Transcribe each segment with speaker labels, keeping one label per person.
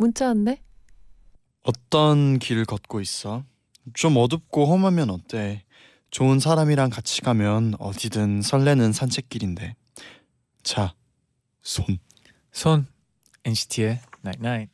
Speaker 1: 문자 왔네.
Speaker 2: 어떤 길 걷고 있어? 좀 어둡고 험하면 어때? 좋은 사람이랑 같이 가면 어디든 설레는 산책길인데. 자, 손.
Speaker 3: 손 NCT의 Night Night.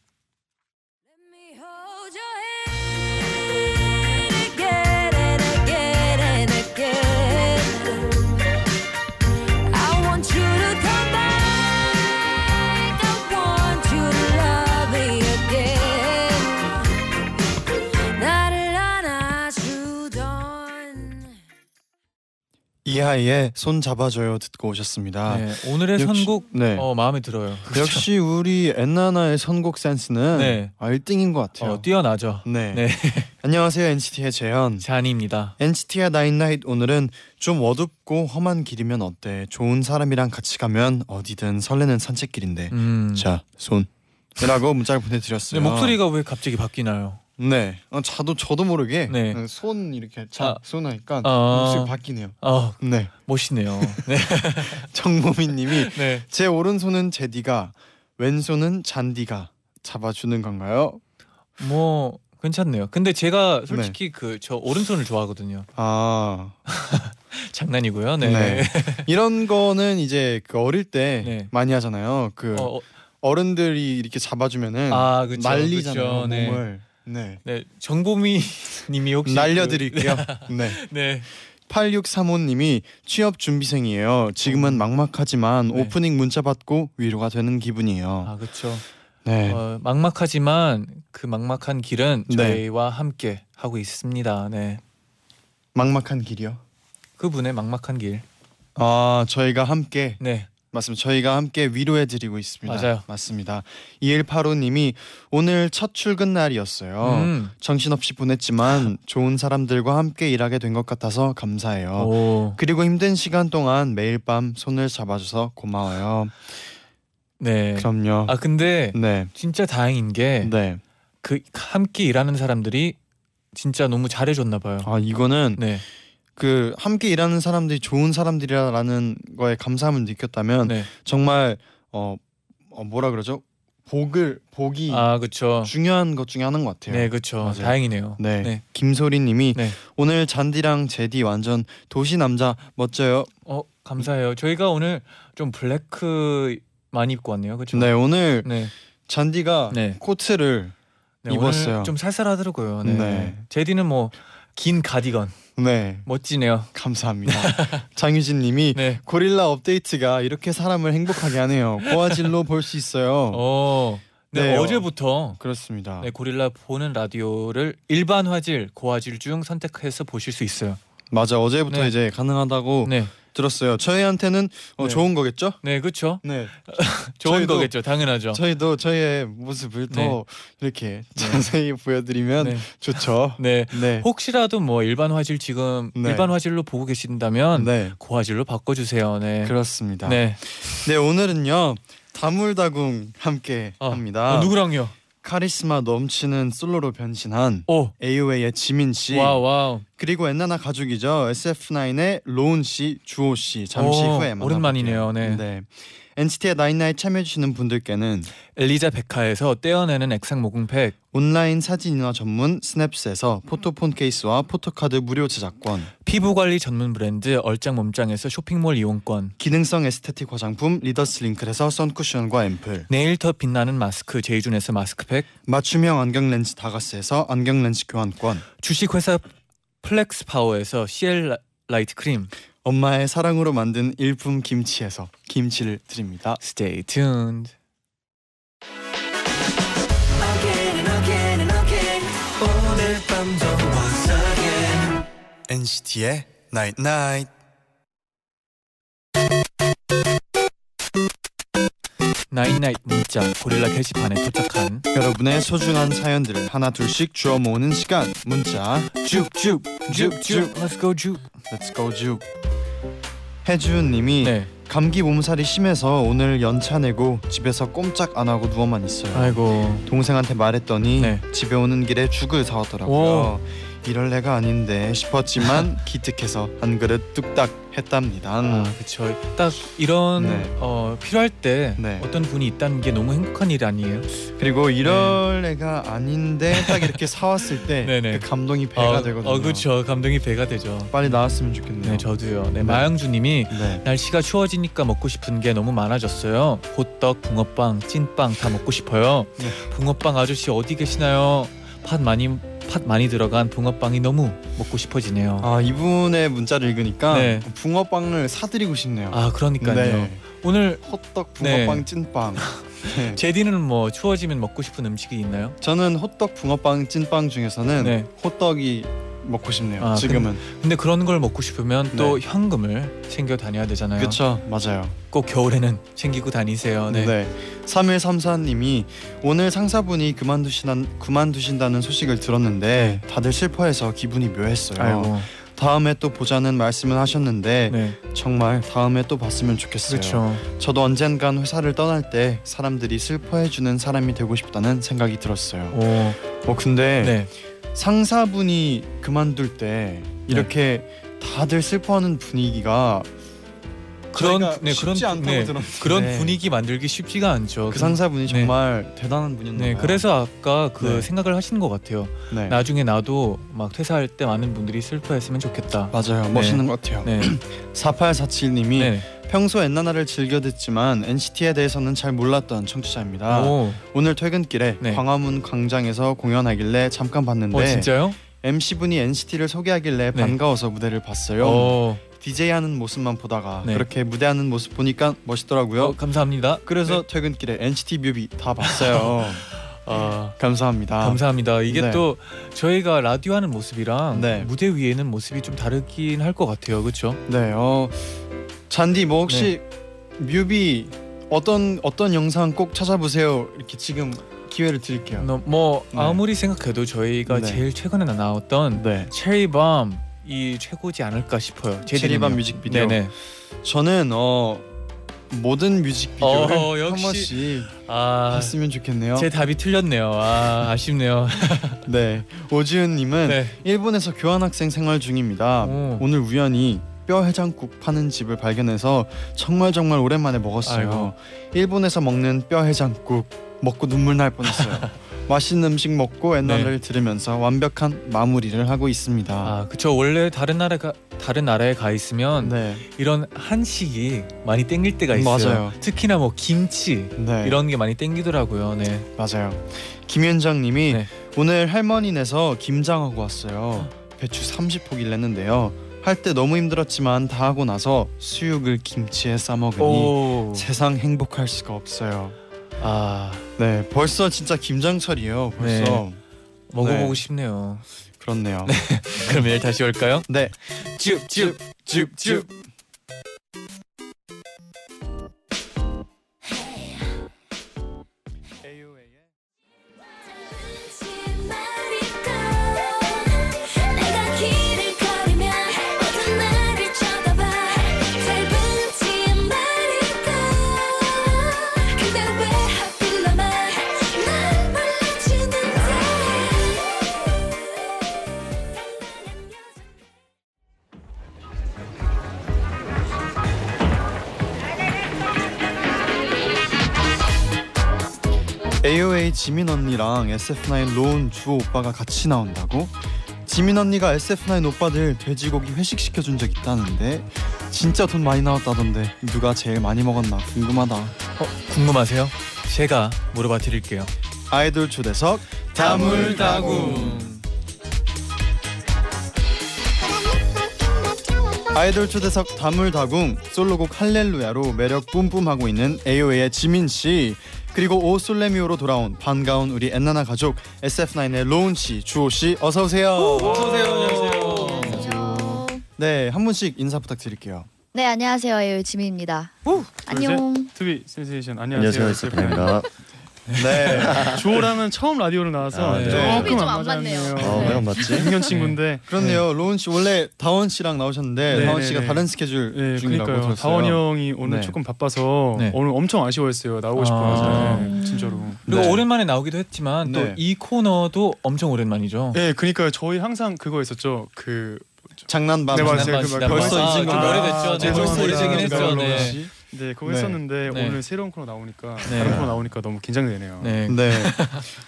Speaker 2: 이하이의 손 잡아줘요 듣고 오셨습니다.
Speaker 3: 네, 오늘의
Speaker 2: 역시-
Speaker 3: 선곡
Speaker 2: 네.
Speaker 3: 어, 마음에 들어요.
Speaker 2: 역시 우리 엔나나의 선곡 센스는
Speaker 3: 네.
Speaker 2: 알뜰인 것 같아요.
Speaker 3: 어, 뛰어나죠.
Speaker 2: 네.
Speaker 3: 네.
Speaker 2: 안녕하세요 NCT의 재현.
Speaker 3: 잔입니다.
Speaker 2: NCT의 나인나잇 오늘은 좀 어둡고 험한 길이면 어때? 좋은 사람이랑 같이 가면 어디든 설레는 산책길인데.
Speaker 3: 음.
Speaker 2: 네. 자, 손이라고 문자를
Speaker 3: 네,
Speaker 2: 보내드렸어요.
Speaker 3: 목소리가 왜 갑자기 바뀌나요?
Speaker 2: 네, 어, 자도 저도 모르게
Speaker 3: 네.
Speaker 2: 어, 손 이렇게
Speaker 3: 아.
Speaker 2: 자손 하니까
Speaker 3: 아.
Speaker 2: 목소리 바뀌네요.
Speaker 3: 아
Speaker 2: 네,
Speaker 3: 멋있네요. 네.
Speaker 2: 정모민님이
Speaker 3: 네.
Speaker 2: 제 오른손은 제디가 왼손은 잔디가 잡아주는 건가요?
Speaker 3: 뭐 괜찮네요. 근데 제가
Speaker 2: 네.
Speaker 3: 솔직히 그 저 오른손을 좋아하거든요.
Speaker 2: 아,
Speaker 3: 장난이고요. 네.
Speaker 2: 네. 이런 거는 이제 그 어릴 때
Speaker 3: 네.
Speaker 2: 많이 하잖아요. 그
Speaker 3: 어, 어,
Speaker 2: 어른들이 이렇게 잡아주면은
Speaker 3: 아 그렇죠.
Speaker 2: 날리잖아요
Speaker 3: 그쵸, 네.
Speaker 2: 음. 몸을. 네.
Speaker 3: 네. 정보미님이 혹시
Speaker 2: 날려드릴게요. 네.
Speaker 3: 그, 네.
Speaker 2: 8635님이 취업 준비생이에요. 지금은 막막하지만
Speaker 3: 네.
Speaker 2: 오프닝 문자 받고 위로가 되는 기분이에요.
Speaker 3: 아 그렇죠.
Speaker 2: 네.
Speaker 3: 어, 막막하지만 그 막막한 길은
Speaker 2: 네.
Speaker 3: 저희와 함께 하고 있습니다. 네.
Speaker 2: 막막한 길이요.
Speaker 3: 그분의 막막한 길.
Speaker 2: 아, 저희가 함께
Speaker 3: 네.
Speaker 2: 맞습니다. 저희가 함께 위로해 드리고 있습니다.
Speaker 3: 맞아요.
Speaker 2: 맞습니다. 2185 님이 오늘 첫 출근 날이었어요.
Speaker 3: 음.
Speaker 2: 정신없이 보냈지만 좋은 사람들과 함께 일하게 된 것 같아서 감사해요.
Speaker 3: 오.
Speaker 2: 그리고 힘든 시간 동안 매일 밤 손을 잡아줘서 고마워요.
Speaker 3: 네.
Speaker 2: 그럼요.
Speaker 3: 아 근데
Speaker 2: 네.
Speaker 3: 진짜 다행인 게
Speaker 2: 네.
Speaker 3: 그 함께 일하는 사람들이 진짜 너무 잘해줬나 봐요.
Speaker 2: 아, 이거는
Speaker 3: 네,
Speaker 2: 그 함께 일하는 사람들이 좋은 사람들이라는 거에 감사함을 느꼈다면
Speaker 3: 네.
Speaker 2: 정말 어, 어 뭐라 그러죠? 복을 복이
Speaker 3: 아 그렇죠.
Speaker 2: 중요한 것 중에 하나인 것 같아요.
Speaker 3: 네, 그렇죠.
Speaker 2: 맞아요.
Speaker 3: 다행이네요.
Speaker 2: 네.
Speaker 3: 네.
Speaker 2: 김소리님이
Speaker 3: 네.
Speaker 2: 오늘 잔디랑 제디 완전 도시 남자 멋져요.
Speaker 3: 어 감사해요. 저희가 오늘 좀 블랙 많이 입고 왔네요. 그렇죠.
Speaker 2: 네 오늘
Speaker 3: 네.
Speaker 2: 잔디가
Speaker 3: 네.
Speaker 2: 코트를
Speaker 3: 네,
Speaker 2: 입었어요.
Speaker 3: 오늘 좀 살살하더라고요. 네.
Speaker 2: 네.
Speaker 3: 제디는 뭐 긴 가디건
Speaker 2: 네
Speaker 3: 멋지네요.
Speaker 2: 감사합니다. 장유진님이
Speaker 3: 네.
Speaker 2: 고릴라 업데이트가 이렇게 사람을 행복하게 하네요. 고화질로 볼 수 있어요. 아.
Speaker 3: 어. 네,
Speaker 2: 네, 어.
Speaker 3: 어제부터
Speaker 2: 그렇습니다.
Speaker 3: 네, 고릴라 보는 라디오를 일반 화질, 고화질 중 선택해서 보실 수 있어요.
Speaker 2: 맞아 어제부터
Speaker 3: 네.
Speaker 2: 이제 가능하다고
Speaker 3: 네.
Speaker 2: 들었어요. 저희한테는 어,
Speaker 3: 네.
Speaker 2: 좋은 거겠죠?
Speaker 3: 네, 그렇죠.
Speaker 2: 네.
Speaker 3: 좋은
Speaker 2: 저희도-
Speaker 3: 거겠죠. 당연하죠.
Speaker 2: 저희도 저희의 모습을 더 이렇게 자세히 보여드리면
Speaker 3: 네.
Speaker 2: 좋죠.
Speaker 3: 네.
Speaker 2: 네.
Speaker 3: 혹시라도 뭐 일반 화질 지금
Speaker 2: 네.
Speaker 3: 일반 화질로 보고 계신다면
Speaker 2: 네.
Speaker 3: 고화질로 바꿔주세요. 네.
Speaker 2: 그렇습니다. 네.
Speaker 3: 네.
Speaker 2: 오늘은요 다물다궁 함께
Speaker 3: 어,
Speaker 2: 합니다.
Speaker 3: 어, 누구랑요?
Speaker 2: 카리스마 넘치는 솔로로 변신한
Speaker 3: 오.
Speaker 2: AOA의 지민 씨
Speaker 3: 와우 와우.
Speaker 2: 그리고 엔나나 가족이죠 SF9의 로운 씨, 주호 씨 잠시
Speaker 3: 오,
Speaker 2: 후에 만나볼게요.
Speaker 3: 오랜만이네요, 네.
Speaker 2: NCT의 나인나에 참여해주시는 분들께는
Speaker 3: 엘리자 백화에서 떼어내는 액상 모공팩,
Speaker 2: 온라인 사진인화 전문 스냅스에서 포토폰 케이스와 포토카드 무료 제작권
Speaker 3: 피부 관리 전문 브랜드 얼짱 몸짱에서 쇼핑몰 이용권,
Speaker 2: 기능성 에스테틱 화장품 리더스링클에서 선쿠션과 앰플
Speaker 3: 네일 더 빛나는 마스크 제이준에서 마스크팩,
Speaker 2: 맞춤형 안경렌즈 다가스에서 안경렌즈 교환권
Speaker 3: 주식회사 플렉스 파워에서 CL 라이트 크림.
Speaker 2: 엄마의 사랑으로 만든 일품 김치에서 김치를 드립니다.
Speaker 3: 아, Stay tuned.
Speaker 4: Again and again and again 오늘 밤도 once again
Speaker 2: NCT의 Night Night.
Speaker 3: 나잇나잇 문자 고릴라 게시판에 도착한
Speaker 2: 여러분의 소중한 사연들을 하나 둘씩 주워 모으는 시간 문자
Speaker 3: 쭉쭉쭉쭉 Let's go 쭉.
Speaker 2: Let's go 쭉 해주님이
Speaker 3: 네.
Speaker 2: 감기 몸살이 심해서 오늘 연차 내고 집에서 꼼짝 안 하고 누워만 있어요.
Speaker 3: 아이고.
Speaker 2: 동생한테 말했더니
Speaker 3: 네.
Speaker 2: 집에 오는 길에 죽을 사왔더라고요. 이럴 애가 아닌데 싶었지만 기특해서 한 그릇 뚝딱 했답니다.
Speaker 3: 아, 그쵸. 딱 이런
Speaker 2: 음. 네.
Speaker 3: 어, 필요할 때
Speaker 2: 네.
Speaker 3: 어떤 분이 있다는 게 너무 행복한 일 아니에요?
Speaker 2: 그리고 이럴 애가 아닌데 딱 이렇게 사왔을 때
Speaker 3: 네. 네네.
Speaker 2: 그 감동이 배가
Speaker 3: 어,
Speaker 2: 되거든요.
Speaker 3: 어, 그쵸. 감동이 배가 되죠.
Speaker 2: 빨리 나왔으면 좋겠네요.
Speaker 3: 네, 저도요. 네,
Speaker 2: 네.
Speaker 3: 마영주님이
Speaker 2: 네.
Speaker 3: 날씨가 추워지니까 먹고 싶은 게 너무 많아졌어요. 호떡, 붕어빵, 찐빵 다 먹고 싶어요.
Speaker 2: 네.
Speaker 3: 붕어빵 아저씨 어디 계시나요? 팥 많이 팥 많이 들어간 붕어빵이 너무 먹고 싶어지네요. 아,
Speaker 2: 아 이분의 문자를 읽으니까
Speaker 3: 네. 아,
Speaker 2: 붕어빵을 사드리고 싶네요.
Speaker 3: 그러니까요. 네. 오늘
Speaker 2: 호떡
Speaker 3: 네.
Speaker 2: 붕어빵 찐빵. 네.
Speaker 3: 제디는 뭐 추워지면 먹고 싶은 음식이 있나요?
Speaker 2: 저는 호떡 붕어빵 찐빵 중에서는
Speaker 3: 네.
Speaker 2: 호떡이 먹고 싶네요.
Speaker 3: 아,
Speaker 2: 지금은
Speaker 3: 근데 그런 걸 먹고 싶으면 또 현금을 챙겨 다녀야 되잖아요.
Speaker 2: 네. 그쵸 맞아요.
Speaker 3: 꼭 겨울에는 챙기고 다니세요. 네.
Speaker 2: 네. 3134님이 오늘 상사분이 그만두시난, 그만두신다는 소식을 들었는데 다들 슬퍼해서 기분이 묘했어요.
Speaker 3: 네. 아이고.
Speaker 2: 다음에 또 보자는 말씀을 하셨는데
Speaker 3: 네.
Speaker 2: 정말 다음에 또 봤으면 좋겠어요.
Speaker 3: 그렇죠.
Speaker 2: 저도 언젠간 회사를 떠날 때 사람들이 슬퍼해주는 사람이 되고 싶다는 생각이 들었어요.
Speaker 3: 오.
Speaker 2: 어 근데
Speaker 3: 네.
Speaker 2: 상사분이 그만둘 때 이렇게 다들 슬퍼하는 분위기가
Speaker 3: 그런
Speaker 2: 저희가
Speaker 3: 네,
Speaker 2: 쉽지
Speaker 3: 그런-
Speaker 2: 않다고
Speaker 3: 네,
Speaker 2: 들었는데
Speaker 3: 그런 분위기 만들기 쉽지가 않죠.
Speaker 2: 그 상사분이
Speaker 3: 네.
Speaker 2: 정말 대단한 분이었나요?
Speaker 3: 네, 그래서 아까 그
Speaker 2: 네.
Speaker 3: 생각을 하신 것 같아요.
Speaker 2: 네.
Speaker 3: 나중에 나도 막 퇴사할 때 많은 분들이 슬퍼했으면 좋겠다.
Speaker 2: 맞아요 멋있는 것 같아요
Speaker 3: 네,
Speaker 2: 4847님이
Speaker 3: 네.
Speaker 2: 평소 엔나나를 즐겨 듣지만 NCT에 대해서는 잘 몰랐던 청취자입니다
Speaker 3: 오,
Speaker 2: 오늘 퇴근길에
Speaker 3: 네.
Speaker 2: 광화문 광장에서 공연하길래 잠깐 봤는데
Speaker 3: 어 진짜요?
Speaker 2: MC분이 NCT를
Speaker 3: 네.
Speaker 2: 소개하길래 반가워서 무대를 봤어요
Speaker 3: 어,
Speaker 2: DJ 하는 모습만 보다가
Speaker 3: 네.
Speaker 2: 그렇게 무대하는 모습 보니까 멋있더라고요
Speaker 3: 어, 네. 감사합니다.
Speaker 2: 그래서 퇴근길에 NCT 뮤비 다 봤어요
Speaker 3: 아,
Speaker 2: 감사합니다
Speaker 3: 감사합니다. 이게
Speaker 2: 네.
Speaker 3: 또 저희가 라디오 하는 모습이랑
Speaker 2: 네.
Speaker 3: 무대 위에 있는 모습이 좀 다르긴 할 것 같아요. 그렇죠?
Speaker 2: 네, 어 잔디 뭐 혹시
Speaker 3: 네.
Speaker 2: 뮤비 어떤 어떤 영상 꼭 찾아보세요. 이렇게 지금 기회를 드릴게요.
Speaker 3: 뭐
Speaker 2: 네.
Speaker 3: 아무리 생각해도 저희가
Speaker 2: 네.
Speaker 3: 제일 최근에 나왔던
Speaker 2: 네.
Speaker 3: 체리밤 이 최고지 않을까 싶어요.
Speaker 2: 체리밤 뮤직비디오.
Speaker 3: 네네.
Speaker 2: 저는 어 모든 뮤직비디오를
Speaker 3: 어,
Speaker 2: 한
Speaker 3: 역시.
Speaker 2: 번씩
Speaker 3: 아,
Speaker 2: 봤으면 좋겠네요.
Speaker 3: 제 답이 틀렸네요. 아, 아쉽네요.
Speaker 2: 네, 오지은님은
Speaker 3: 네.
Speaker 2: 일본에서 교환학생 생활 중입니다.
Speaker 3: 오.
Speaker 2: 오늘 우연히 뼈 해장국 파는 집을 발견해서 정말 정말 오랜만에 먹었어요.
Speaker 3: 아이고.
Speaker 2: 일본에서 먹는 뼈 해장국 먹고 눈물 날 뻔했어요. 맛있는 음식
Speaker 3: 네.
Speaker 2: 먹고 옛날을 들으면서 완벽한 마무리를 하고 있습니다.
Speaker 3: 아, 그쵸. 원래 다른 나라가 다른 나라에 가 있으면
Speaker 2: 네,
Speaker 3: 이런 한식이 많이 땡길 때가 있어요.
Speaker 2: 맞아요.
Speaker 3: 특히나 뭐 김치
Speaker 2: 네,
Speaker 3: 이런 게 많이 땡기더라고요. 네.
Speaker 2: 맞아요. 김현장님이
Speaker 3: 네.
Speaker 2: 오늘 할머니네서 김장하고 왔어요.
Speaker 3: 아.
Speaker 2: 배추 30포기를 했는데요. 할 때 너무 힘들었지만 다 하고 나서 수육을 김치에 싸 먹으니
Speaker 3: 오.
Speaker 2: 세상 행복할 수가 없어요.
Speaker 3: 아,
Speaker 2: 네, 벌써 진짜 김장철이에요. 벌써
Speaker 3: 네. 먹어보고
Speaker 2: 네.
Speaker 3: 싶네요.
Speaker 2: 그렇네요.
Speaker 3: 그럼 내일 다시 올까요?
Speaker 2: 네,
Speaker 3: 쭉쭉쭉쭉.
Speaker 1: 내가 길을 걸으면 모두 나를 쳐다봐 짧은 치마니까 근데 왜 하필 나만 날 몰라주는데
Speaker 2: AOA 지민 언니랑 SF9 로운 주호 오빠가 같이 나온다고? 지민 언니가 SF9 오빠들 돼지고기 회식 시켜준 적 있다는데 진짜 돈 많이 나왔다던데 누가 제일 많이 먹었나 궁금하다.
Speaker 3: 어, 궁금하세요? 제가 물어봐 드릴게요.
Speaker 2: 아이돌 초대석
Speaker 3: 다물다궁.
Speaker 2: 아이돌 초대석 다물다궁 솔로곡 할렐루야로 매력 뿜뿜하고 있는 AOA의 지민 씨 그리고 오 솔레미오로 돌아온 반가운 우리 엔나나 가족 SF9의 로운 씨, 주호 씨 어서 오세요.
Speaker 3: 어서 오세요. 안녕하세요.
Speaker 2: 네, 한 분씩 인사 부탁드릴게요.
Speaker 5: 네 안녕하세요 에유 지민입니다. 안녕.
Speaker 6: 투비 센세이션 안녕하세요.
Speaker 7: 안녕하세요 에스파입니다.
Speaker 2: 네.
Speaker 6: 주호랑은 처음 라디오로 나와서
Speaker 7: 아, 네.
Speaker 5: 호흡이
Speaker 6: 조금
Speaker 5: 좀
Speaker 6: 안
Speaker 5: 안 맞네요.
Speaker 6: 맞네요.
Speaker 7: 어,
Speaker 5: 네.
Speaker 7: 왜안 맞지?
Speaker 6: 작년 친구인데.
Speaker 2: 그렇네요. 로운 씨 원래 다원 씨랑 나오셨는데
Speaker 6: 네,
Speaker 2: 다원
Speaker 6: 네,
Speaker 2: 씨가
Speaker 6: 네.
Speaker 2: 다른 스케줄
Speaker 6: 네,
Speaker 2: 중이라고 들었어요.
Speaker 6: 그러니까요. 다원이 형이 오늘
Speaker 2: 네.
Speaker 6: 조금 바빠서
Speaker 3: 네.
Speaker 6: 오늘 엄청 아쉬워했어요. 나오고
Speaker 3: 아.
Speaker 6: 싶어서 네, 진짜로.
Speaker 3: 그리고
Speaker 2: 네.
Speaker 3: 오랜만에 나오기도 했지만
Speaker 2: 네.
Speaker 3: 또 이 코너도 엄청 오랜만이죠.
Speaker 6: 네, 그러니까요. 저희 항상 그거 있었죠. 그
Speaker 2: 장난감.
Speaker 6: 네, 맞아요.
Speaker 3: 지난번,
Speaker 6: 그
Speaker 3: 지난번.
Speaker 2: 벌써
Speaker 3: 아,
Speaker 2: 잊은
Speaker 3: 좀
Speaker 2: 건가요?
Speaker 3: 오래됐죠.
Speaker 6: 아,
Speaker 3: 네, 벌써
Speaker 6: 죄송합니다.
Speaker 3: 오래되긴 했죠.
Speaker 6: 로운
Speaker 3: 네.
Speaker 2: 씨.
Speaker 6: 네, 그거
Speaker 2: 네.
Speaker 6: 했었는데
Speaker 3: 네.
Speaker 6: 오늘 새로운 코너 나오니까
Speaker 3: 네.
Speaker 6: 다른 코너 나오니까 너무 긴장되네요.
Speaker 3: 네.
Speaker 2: 네.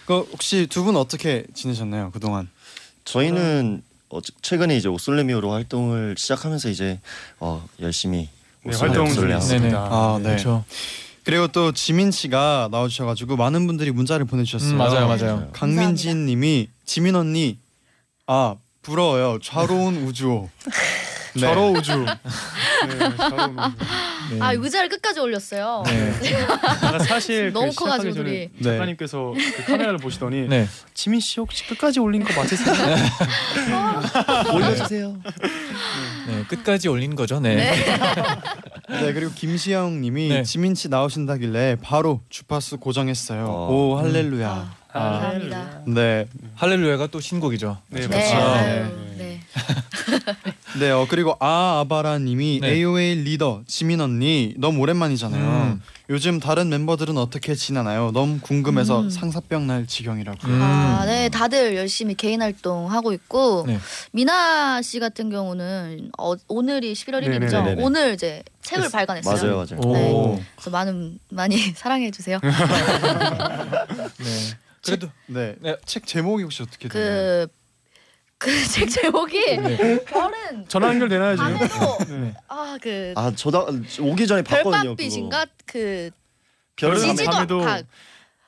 Speaker 2: 그 혹시 두 분 어떻게 지내셨나요 그동안?
Speaker 7: 저희는 어, 최- 최근에 이제 오솔레미오로 활동을 시작하면서 이제 어, 열심히
Speaker 6: 네,
Speaker 7: 오솔레,
Speaker 6: 활동
Speaker 7: 오솔레 하고
Speaker 3: 중이었습니다.
Speaker 6: 중이었습니다.
Speaker 2: 아 네.
Speaker 3: 그렇죠.
Speaker 2: 그리고 또 지민 씨가 나와주셔가지고 많은 분들이 문자를 보내주셨어요.
Speaker 3: 음, 맞아요, 맞아요.
Speaker 2: 강민진님이 지민 언니 아 부러워요. 좌로운 우주호. 네.
Speaker 6: 좌로 우주. 네, 좌로 우주.
Speaker 3: 네.
Speaker 5: 아 의자를 끝까지 올렸어요.
Speaker 3: 네.
Speaker 6: 아, 사실
Speaker 5: 너무
Speaker 6: 그
Speaker 5: 커가지고
Speaker 6: 시작하기 전에
Speaker 2: 둘이.
Speaker 6: 작가님께서 그 카메라를 보시더니
Speaker 3: 네.
Speaker 6: 지민 씨 혹시 끝까지 올린 거 맞으세요?
Speaker 7: 올려주세요.
Speaker 3: 네. 끝까지 올린 거죠. 네.
Speaker 2: 네 그리고 김시영님이
Speaker 3: 네.
Speaker 2: 지민 씨 나오신다길래 바로 주파수 고정했어요.
Speaker 7: 어.
Speaker 2: 오 할렐루야.
Speaker 5: 아, 감사합니다.
Speaker 3: 음.
Speaker 2: 네,
Speaker 3: 할렐루야가 또 신곡이죠.
Speaker 6: 네,
Speaker 5: 네.
Speaker 6: 맞아요.
Speaker 5: 아유, 네.
Speaker 2: 네, 어, 그리고 아아바라님이
Speaker 3: 네.
Speaker 2: AOA 리더 지민 언니 너무 오랜만이잖아요.
Speaker 3: 음.
Speaker 2: 요즘 다른 멤버들은 어떻게 지나나요? 너무 궁금해서
Speaker 5: 음.
Speaker 2: 상사병 날 지경이라고.
Speaker 3: 음.
Speaker 5: 아, 네, 다들 열심히 개인 활동 하고 있고
Speaker 3: 네.
Speaker 5: 미나 씨 같은 경우는 어, 오늘이 11월
Speaker 6: 네,
Speaker 5: 1일이죠.
Speaker 7: 네, 네, 네.
Speaker 5: 오늘 이제 책을 발간했어요.
Speaker 7: 맞아요, 맞아요.
Speaker 3: 오.
Speaker 5: 네. 그래서 많은 많이 사랑해 주세요.
Speaker 3: 네. 그래도
Speaker 2: 네.
Speaker 3: 네.
Speaker 2: 책 제목이 혹시 어떻게 되나요?
Speaker 5: 그 그 책 제목이
Speaker 3: 네.
Speaker 5: 별은
Speaker 6: 전화 연결되나요 지금?
Speaker 5: 밤에도
Speaker 6: 네.
Speaker 5: 아그
Speaker 7: 아 저다 오기 전에 봤거든요.
Speaker 5: 별밤빛인가 그
Speaker 7: 별을
Speaker 6: 지지도-
Speaker 5: 지지도
Speaker 7: 밤에
Speaker 6: 밤에도-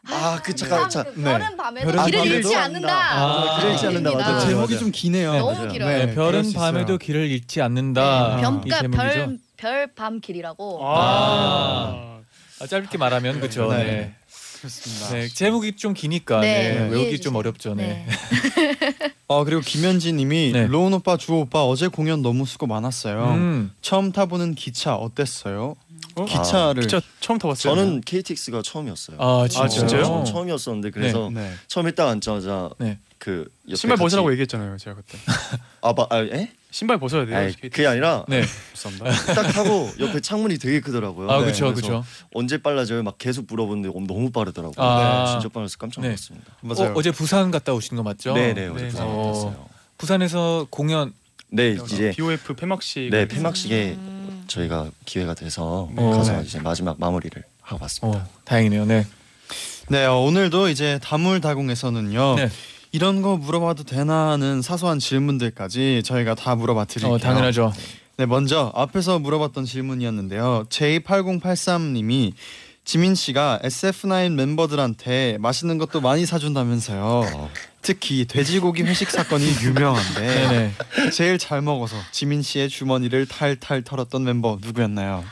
Speaker 5: 각
Speaker 7: 아그 잠깐
Speaker 5: 아, 네,
Speaker 7: 자.
Speaker 5: 그
Speaker 2: 네.
Speaker 5: 별은 밤에도
Speaker 3: 별은
Speaker 5: 길을
Speaker 7: 밤에도
Speaker 5: 잃지 않는다.
Speaker 3: 아,
Speaker 7: 길을 잃지 않는다, 맞아요.
Speaker 5: 입니다.
Speaker 7: 제-
Speaker 2: 제목이
Speaker 7: 맞아요.
Speaker 2: 좀 기네요.
Speaker 5: 너무
Speaker 7: 맞아요.
Speaker 5: 길어요.
Speaker 2: 네.
Speaker 3: 네,
Speaker 2: 그럴
Speaker 3: 별은
Speaker 2: 수
Speaker 3: 밤에도
Speaker 2: 있어요.
Speaker 3: 길을 잃지 않는다.
Speaker 2: 네,
Speaker 5: 별-
Speaker 2: 이
Speaker 5: 그러니까
Speaker 3: 제목이죠?
Speaker 5: 별 별밤 길이라고.
Speaker 6: 아.
Speaker 3: 아, 짧게 말하면 그렇죠.
Speaker 2: 네.
Speaker 3: 네.
Speaker 2: 그렇습니다.
Speaker 3: 네, 제목이 좀 기니까
Speaker 5: 네,
Speaker 3: 네.
Speaker 5: 이해해
Speaker 3: 외우기
Speaker 5: 주세요.
Speaker 3: 좀 어렵죠. 네.
Speaker 2: 어 그리고 김현진님이
Speaker 3: 네.
Speaker 2: 로운 오빠, 주호 오빠 어제 공연 너무 수고 많았어요.
Speaker 3: 음.
Speaker 2: 처음 타보는 기차 어땠어요?
Speaker 6: 어?
Speaker 2: 기차를
Speaker 6: 진짜 처음 타봤어요.
Speaker 7: 저는 KTX가 처음이었어요.
Speaker 3: 아, 진짜요?
Speaker 6: 아, 진짜요?
Speaker 7: 저는 처음이었었는데 그래서
Speaker 2: 네.
Speaker 7: 처음에 딱 앉자마자
Speaker 3: 네.
Speaker 7: 그 옆에
Speaker 6: 신발
Speaker 7: 같이-
Speaker 6: 벗으라고 얘기했잖아요 제가 그때.
Speaker 7: 아바 아 에?
Speaker 6: 신발 벗어야 돼요.
Speaker 7: 아니, 예.
Speaker 6: KTX.
Speaker 7: 그게 아니라
Speaker 3: 네.
Speaker 6: 죄송합니다.
Speaker 7: 딱 하고 옆에 창문이 되게 크더라고요.
Speaker 3: 아,
Speaker 7: 네,
Speaker 3: 그렇죠.
Speaker 7: 그래서
Speaker 3: 그렇죠.
Speaker 7: 언제 빨라져요? 막 계속 물어보는데 엄- 너무 빠르더라고요.
Speaker 3: 아.
Speaker 7: 네, 진짜 빨라서 깜짝
Speaker 3: 네.
Speaker 7: 놀랐습니다.
Speaker 2: 맞아요.
Speaker 3: 어, 제 부산 갔다 오신 거 맞죠?
Speaker 7: 네네
Speaker 6: 네,
Speaker 7: 어제
Speaker 6: 네.
Speaker 3: 어.
Speaker 7: 부산이었어요.
Speaker 3: 부산에서 공연
Speaker 7: 네 이제
Speaker 6: BOF 어, 폐막식.
Speaker 7: 네 폐막식에
Speaker 5: 음.
Speaker 7: 저희가 기회가 돼서
Speaker 3: 네.
Speaker 7: 가서
Speaker 3: 네.
Speaker 7: 이제 마지막 마무리를 하고 왔습니다.
Speaker 3: 어, 다행이네요. 네.
Speaker 2: 네 어, 오늘도 이제 다물다공에서는요
Speaker 3: 네.
Speaker 2: 이런 거 물어봐도 되나 하는 사소한 질문들까지 저희가 다 물어봐 드릴게요.
Speaker 3: 어, 당연하죠.
Speaker 2: 네 먼저 앞에서 물어봤던 질문이었는데요. J8083님이 지민 씨가 SF9 멤버들한테 맛있는 것도 많이 사준다면서요.
Speaker 7: 어,
Speaker 2: 특히 돼지고기 회식 사건이
Speaker 3: 네,
Speaker 2: 유명한데
Speaker 3: 네.
Speaker 2: 제일 잘 먹어서 지민 씨의 주머니를 탈탈 털었던 멤버 누구였나요?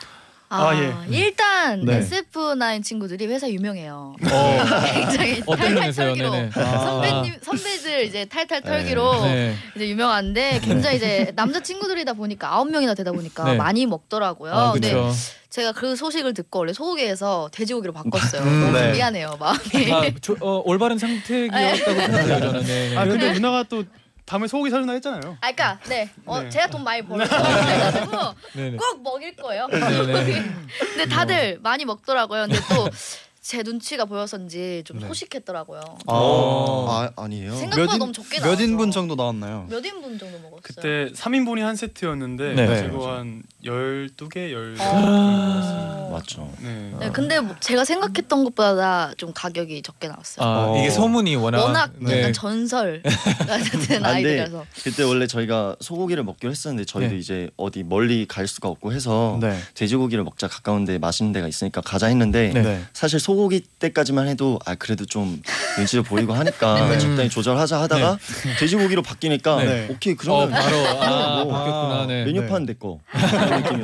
Speaker 5: 아,
Speaker 6: 아,
Speaker 5: 예. 일단
Speaker 2: 네.
Speaker 5: SF9 친구들이 회사 유명해요.
Speaker 3: 어.
Speaker 5: 굉장히
Speaker 3: 어떤
Speaker 5: 탈탈
Speaker 3: 면에서요?
Speaker 5: 털기로 그러니까
Speaker 3: 네네. 아.
Speaker 5: 선배님 선배들 이제 탈탈 털기로
Speaker 3: 네.
Speaker 5: 이제 유명한데 굉장히 이제 남자 친구들이다 보니까 아홉 명이나 되다 보니까
Speaker 3: 네.
Speaker 5: 많이 먹더라고요.
Speaker 3: 아,
Speaker 5: 근데
Speaker 3: 그렇죠.
Speaker 5: 제가 그 소식을 듣고 원래 소고기에서 돼지고기로 바꿨어요.
Speaker 3: 음,
Speaker 5: 너무
Speaker 2: 네.
Speaker 5: 미안해요 마음이.
Speaker 3: 아, 저, 어, 올바른 선택이었다고 생각해요, 저는. 네, 네.
Speaker 6: 아 근데 누나가 또 다음에 소고기 사준다 했잖아요.
Speaker 5: 아, 그러니까 네, 어,
Speaker 6: 네.
Speaker 5: 제가 돈 많이 벌어서 그래가지고
Speaker 3: 네, 네.
Speaker 5: 꼭 먹일 거예요.
Speaker 3: 네.
Speaker 5: 근데 다들 많이 먹더라고요. 근데 또 제 눈치가 보여서인지 좀
Speaker 3: 네.
Speaker 5: 소식했더라고요.
Speaker 3: 어.
Speaker 7: 아 아니에요.
Speaker 5: 생각보다 너무 적게
Speaker 2: 몇
Speaker 5: 나와서.
Speaker 2: 인분 정도 나왔나요?
Speaker 5: 몇 인분 정도 먹었어요?
Speaker 6: 그때 3인분이 한 세트였는데
Speaker 3: 네.
Speaker 6: 그거 한 12개 10.
Speaker 5: 아.
Speaker 7: 맞죠.
Speaker 6: 네.
Speaker 5: 네, 근데 뭐 제가 생각했던 것보다 좀 가격이 적게 나왔어요.
Speaker 3: 아, 이게 소문이 워낙,
Speaker 5: 워낙
Speaker 3: 네.
Speaker 5: 약간 전설 같은
Speaker 7: 아, 근데
Speaker 5: 아이들이라서.
Speaker 7: 그때 원래 저희가 소고기를 먹기로 했었는데 저희도
Speaker 3: 네.
Speaker 7: 이제 어디 멀리 갈 수가 없고 해서
Speaker 2: 네.
Speaker 7: 돼지고기를 먹자 가까운데 맛있는 데가 있으니까 가자 했는데
Speaker 3: 네.
Speaker 7: 사실 소고기 때까지만 해도 아 그래도 좀 눈치도 보이고 하니까
Speaker 3: 네.
Speaker 7: 적당히 조절하자 하다가 돼지고기로 바뀌니까
Speaker 2: 네.
Speaker 7: 오케이 그
Speaker 3: 어,
Speaker 7: 정도면
Speaker 3: 바로
Speaker 7: 아,
Speaker 3: 아,
Speaker 7: 뭐.
Speaker 3: 바뀌었구나. 네.
Speaker 7: 메뉴판 내 거.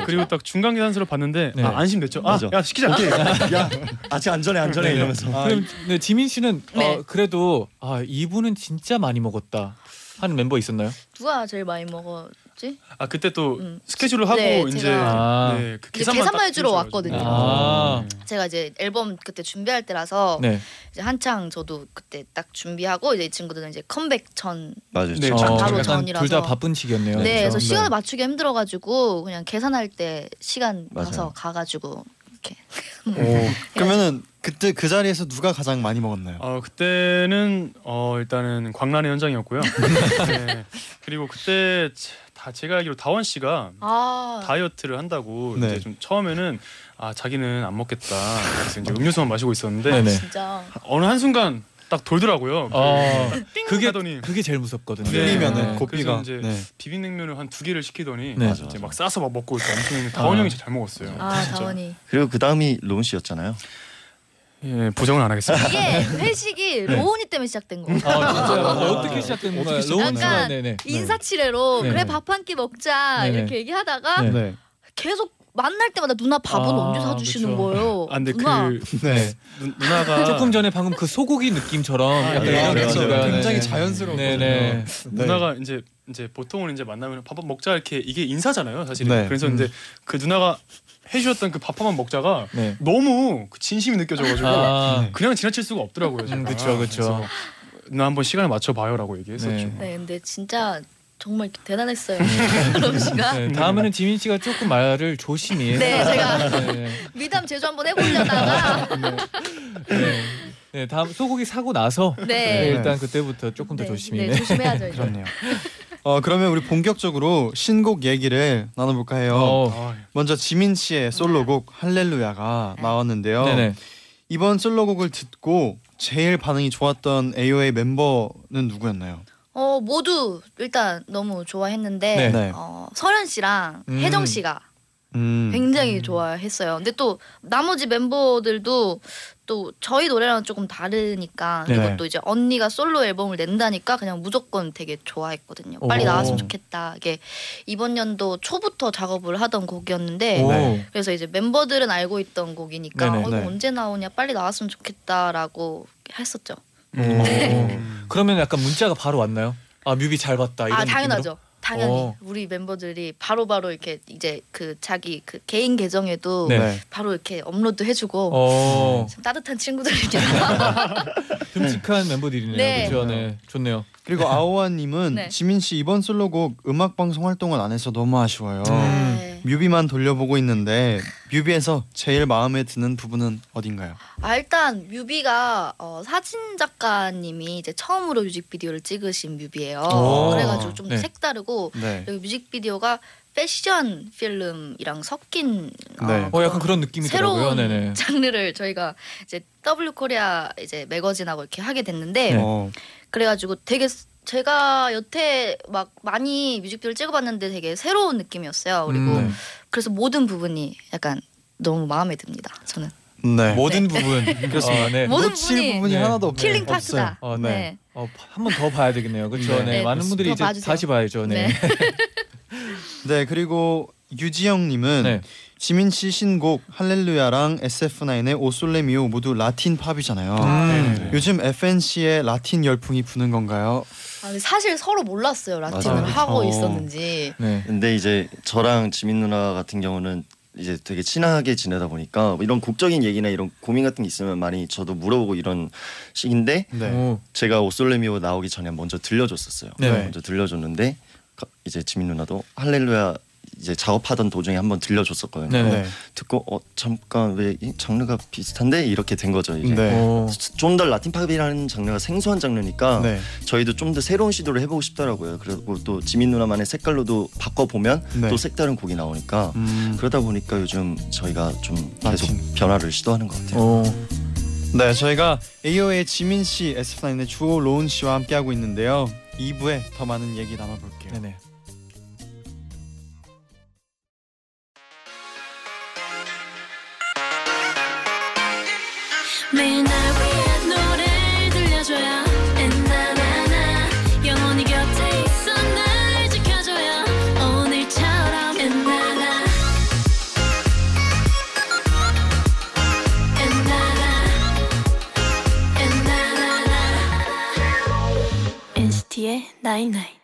Speaker 6: 그리고 딱 중간 계산서를 봤는데
Speaker 3: 아. 네.
Speaker 6: 아, 안심됐죠. 아,
Speaker 7: 맞아.
Speaker 6: 야 시키자.
Speaker 7: 야 아직 안전해 안전해
Speaker 3: 네.
Speaker 7: 이러면서
Speaker 3: 그럼 네, 지민 씨는
Speaker 5: 네.
Speaker 3: 어, 그래도 아 이분은 진짜 많이 먹었다 하는 멤버 있었나요?
Speaker 5: 누가 제일 많이 먹었지? 먹었지?
Speaker 6: 아 그때 또
Speaker 5: 음.
Speaker 6: 스케줄을 하고
Speaker 5: 네,
Speaker 6: 이제
Speaker 5: 제가-
Speaker 6: 네, 그
Speaker 5: 이제
Speaker 6: 계산만
Speaker 5: 계산만
Speaker 6: 딱
Speaker 5: 해주러
Speaker 6: 해줘가지고.
Speaker 5: 왔거든요.
Speaker 3: 아.
Speaker 5: 제가 이제 앨범 그때 준비할 때라서
Speaker 3: 네.
Speaker 5: 이제 한창 저도 그때 딱 준비하고 이제 이 친구들은 이제 컴백 전
Speaker 7: 맞아요.
Speaker 6: 네,
Speaker 7: 저-
Speaker 6: 장-
Speaker 5: 바로
Speaker 3: 어, 약간
Speaker 5: 전이라서.
Speaker 3: 둘 다 바쁜 시기였네요.
Speaker 5: 네,
Speaker 3: 그죠?
Speaker 5: 그래서 시간을 맞추기 힘들어가지고 그냥 계산할 때 시간
Speaker 7: 맞아요.
Speaker 5: 봐서 가가지고
Speaker 3: 음. 네.
Speaker 2: 오. 그러면은 그때 그 자리에서 누가 가장 많이 먹었나요?
Speaker 3: 아,
Speaker 6: 어 그때는 어 일단은 광란의 현장이었고요. 네. 그리고 그때 제- 다 제가 알기로 다원 씨가
Speaker 5: 아
Speaker 6: 다이어트를 한다고
Speaker 2: 네.
Speaker 6: 이제 좀 처음에는 아 자기는 안 먹겠다. 그래서 이제 음료수만 마시고 있었는데
Speaker 3: 네네.
Speaker 5: 진짜
Speaker 6: 어느 한 순간 딱 돌더라고요.
Speaker 3: 어,
Speaker 6: 띵
Speaker 3: 그게
Speaker 6: 하더니
Speaker 3: 그게 제일 무섭거든요.
Speaker 6: 네.
Speaker 2: 풀리면은
Speaker 6: 네.
Speaker 2: 고삐가
Speaker 6: 그래서 이제
Speaker 2: 네.
Speaker 6: 비빔냉면을 한 두 개를 시키더니
Speaker 3: 네.
Speaker 6: 이제 막 싸서 막 먹고 이렇게 엄청 했는데
Speaker 3: 아.
Speaker 6: 다원 형이 진짜 잘 먹었어요.
Speaker 5: 아
Speaker 6: 진짜.
Speaker 5: 다원이
Speaker 7: 그리고 그 다음이 로운 씨였잖아요.
Speaker 6: 예 보정은 안 하겠습니다.
Speaker 5: 이게 그 회식이 로운이 때문에 시작된 거예요.
Speaker 3: 아 진짜 어떻게 시작된 거야? 로운
Speaker 2: 어떻게 시작된
Speaker 5: 거야?
Speaker 3: 씨가
Speaker 5: 약간
Speaker 3: 네네.
Speaker 5: 인사치레로
Speaker 3: 네.
Speaker 5: 그래 밥 한 끼 먹자
Speaker 3: 네네.
Speaker 5: 이렇게 얘기하다가
Speaker 3: 네.
Speaker 2: 네.
Speaker 5: 계속 만날 때마다 누나 밥은
Speaker 3: 아,
Speaker 5: 언제 사주시는
Speaker 3: 그쵸.
Speaker 5: 거예요?
Speaker 6: 아 근데 그
Speaker 5: 누나
Speaker 2: 네.
Speaker 6: 누- 누나가
Speaker 3: 조금 전에 방금 그 소고기 느낌처럼 약간
Speaker 6: 네,
Speaker 3: 이런
Speaker 6: 맞아요.
Speaker 3: 느낌이가
Speaker 2: 굉장히
Speaker 3: 네네.
Speaker 2: 자연스러웠거든요.
Speaker 3: 네네.
Speaker 6: 누나가 이제 이제 보통은 이제 만나면 밥 한 번 먹자 이렇게 이게 인사잖아요 사실.
Speaker 2: 네.
Speaker 6: 은 그래서 근데
Speaker 3: 음.
Speaker 6: 그 누나가 해주셨던 그 밥 한 번 먹자가
Speaker 3: 네.
Speaker 6: 너무 그 진심이 느껴져가지고
Speaker 3: 아
Speaker 6: 그냥 지나칠 수가 없더라고요. 제가. 아,
Speaker 3: 음,
Speaker 2: 아,
Speaker 3: 그쵸, 그쵸.
Speaker 6: 그래서 누나 한 번 시간을 맞춰봐요라고 얘기했었죠.
Speaker 3: 네.
Speaker 5: 네 근데 진짜 정말 대단했어요. 로운 씨가
Speaker 3: 네, 다음에는 지민 씨가 조금 말을 조심히.
Speaker 5: 네, 제가.
Speaker 3: 네,
Speaker 5: 미담 제조 한번
Speaker 3: 아,
Speaker 5: 해보려다가
Speaker 3: 음. 네. 네, 다음 소고기 사고 나서 네,
Speaker 5: 네.
Speaker 3: 일단 그때부터 조금 더
Speaker 5: 네,
Speaker 3: 조심히.
Speaker 5: 네,
Speaker 3: 네.
Speaker 5: 조심해야죠. 이제.
Speaker 2: 그렇네요. 어 그러면 우리 본격적으로 신곡 얘기를 나눠볼까 해요.
Speaker 3: 어,
Speaker 6: 아,
Speaker 2: 먼저 지민 씨의 솔로곡 할렐루야가
Speaker 5: 네.
Speaker 2: 나왔는데요.
Speaker 3: 네네.
Speaker 2: 이번 솔로곡을 듣고 제일 반응이 좋았던 AOA 멤버는 누구였나요?
Speaker 5: 어 모두 일단 너무 좋아했는데
Speaker 3: 네.
Speaker 2: 네.
Speaker 5: 어, 설현 씨랑
Speaker 3: 음.
Speaker 5: 혜정 씨가
Speaker 2: 음.
Speaker 5: 굉장히 좋아했어요. 근데 또 나머지 멤버들도 또 저희 노래랑 조금 다르니까
Speaker 2: 네.
Speaker 5: 그리고 또 이제 언니가 솔로 앨범을 낸다니까 그냥 무조건 되게 좋아했거든요. 빨리
Speaker 3: 오.
Speaker 5: 나왔으면 좋겠다. 이게 이번 연도 초부터 작업을 하던 곡이었는데
Speaker 3: 오.
Speaker 2: 네.
Speaker 5: 그래서 이제 멤버들은 알고 있던 곡이니까
Speaker 3: 네네.
Speaker 5: 어, 이거
Speaker 2: 네.
Speaker 5: 언제 나오냐 빨리 나왔으면 좋겠다라고 했었죠.
Speaker 2: 네.
Speaker 3: 오. 그러면 약간 문자가 바로 왔나요? 아 뮤비 잘 봤다. 이런
Speaker 5: 아 당연하죠. 당연히
Speaker 3: 오.
Speaker 5: 우리 멤버들이 바로바로 이렇게 이제 그 자기 그 개인 계정에도
Speaker 3: 네.
Speaker 5: 바로 이렇게 업로드 해주고
Speaker 3: 느낌으로? 어.
Speaker 5: 참 따뜻한 친구들입니다.
Speaker 3: 듬직한 멤버들이네요.
Speaker 5: 네.
Speaker 3: 그렇죠. 네. 좋네요.
Speaker 2: 그리고 아오아님은
Speaker 5: 네.
Speaker 2: 지민 씨 이번 솔로곡 음악 방송 활동을 안 해서 너무 아쉬워요.
Speaker 5: 네.
Speaker 2: 뮤비만 돌려보고 있는데 뮤비에서 제일 마음에 드는 부분은 어딘가요?
Speaker 5: 아 일단 뮤비가 어, 사진 작가님이 이제 처음으로 뮤직비디오를 찍으신 뮤비예요.
Speaker 3: 오.
Speaker 5: 그래가지고 좀
Speaker 3: 네.
Speaker 5: 색다르고
Speaker 2: 네.
Speaker 5: 그리고 뮤직비디오가 패션 필름이랑 섞인 어,
Speaker 2: 네.
Speaker 3: 어 약간 그런 느낌이더라고요.
Speaker 5: 새로운
Speaker 3: 네네.
Speaker 5: 장르를 저희가 이제 W 코리아 이제 매거진하고 이렇게 하게 됐는데
Speaker 2: 어,
Speaker 5: 그래가지고 되게 스- 제가 여태 막 많이 뮤직비디오를 찍어봤는데 되게 새로운 느낌이었어요. 그리고 뭐.
Speaker 3: 음,
Speaker 5: 그래서 모든 부분이 약간 너무 마음에 듭니다. 저는
Speaker 2: 네.
Speaker 3: 모든 부분 그렇습니다. 네.
Speaker 5: 모든
Speaker 2: 놓칠
Speaker 5: 부분이
Speaker 2: 부분이
Speaker 3: 네.
Speaker 2: 하나도 없어요.
Speaker 5: 킬링 파트다.
Speaker 3: 없어요. 어,
Speaker 2: 네.
Speaker 5: 네.
Speaker 3: 어, 한 번 더 봐야 되겠네요. 그렇죠.
Speaker 2: 네.
Speaker 3: 네.
Speaker 5: 네,
Speaker 3: 많은 분들이
Speaker 5: 더
Speaker 3: 이제
Speaker 5: 봐주세요.
Speaker 3: 다시 봐야죠. 네.
Speaker 5: 네.
Speaker 2: 네 그리고 유지영님은
Speaker 3: 네.
Speaker 2: 지민 씨 신곡 할렐루야랑 SF9의 오솔레미오 모두 라틴 팝이잖아요.
Speaker 3: 음.
Speaker 6: 네네네.
Speaker 2: 요즘 FNC의 라틴 열풍이 부는 건가요?
Speaker 5: 아, 근데 사실 서로 몰랐어요 라틴을
Speaker 7: 맞아요.
Speaker 5: 하고
Speaker 2: 어.
Speaker 5: 있었는지.
Speaker 3: 네.
Speaker 7: 근데 이제 저랑 지민 누나 같은 경우는 이제 되게 친하게 지내다 보니까 뭐 이런 국적인 얘기나 이런 고민 같은 게 있으면 많이 저도 물어보고 이런 식인데
Speaker 2: 네.
Speaker 3: 오.
Speaker 7: 제가 오솔레미오 나오기 전에 먼저 들려줬었어요.
Speaker 3: 네.
Speaker 7: 먼저 들려줬는데 가- 이제 지민 누나도 할렐루야 이제 작업하던 도중에 한번 들려줬었거든요.
Speaker 3: 네.
Speaker 2: 네.
Speaker 7: 듣고 어 잠깐 왜이 장르가 비슷한데 이렇게 된 거죠 이게.
Speaker 2: 네.
Speaker 3: 오.
Speaker 7: 좀 더 라틴 팝이라는 장르가 생소한 장르니까
Speaker 2: 네.
Speaker 7: 저희도 좀 더 새로운 시도를 해보고 싶더라고요. 그리고 또 지민 누나만의 색깔로도 바꿔 보면
Speaker 2: 네.
Speaker 7: 또 색다른 곡이 나오니까
Speaker 2: 음,
Speaker 7: 그러다 보니까 요즘 저희가 좀 계속
Speaker 2: 라틴.
Speaker 7: 변화를 시도하는 것
Speaker 2: 어.
Speaker 7: 같아요.
Speaker 3: 오.
Speaker 2: 네, 저희가 AO의 지민 씨, SF9의 주호 로운 씨와 함께 하고 있는데요. 2부에 더 많은 얘기 나눠볼게요.
Speaker 3: 네네.
Speaker 1: 매일 날 위한 노래를 들려줘요 엔나나나 영원히 곁에 있어 날 지켜줘요 오늘처럼 엔나나 엔나나 엔나나나 NCT의 나잇나잇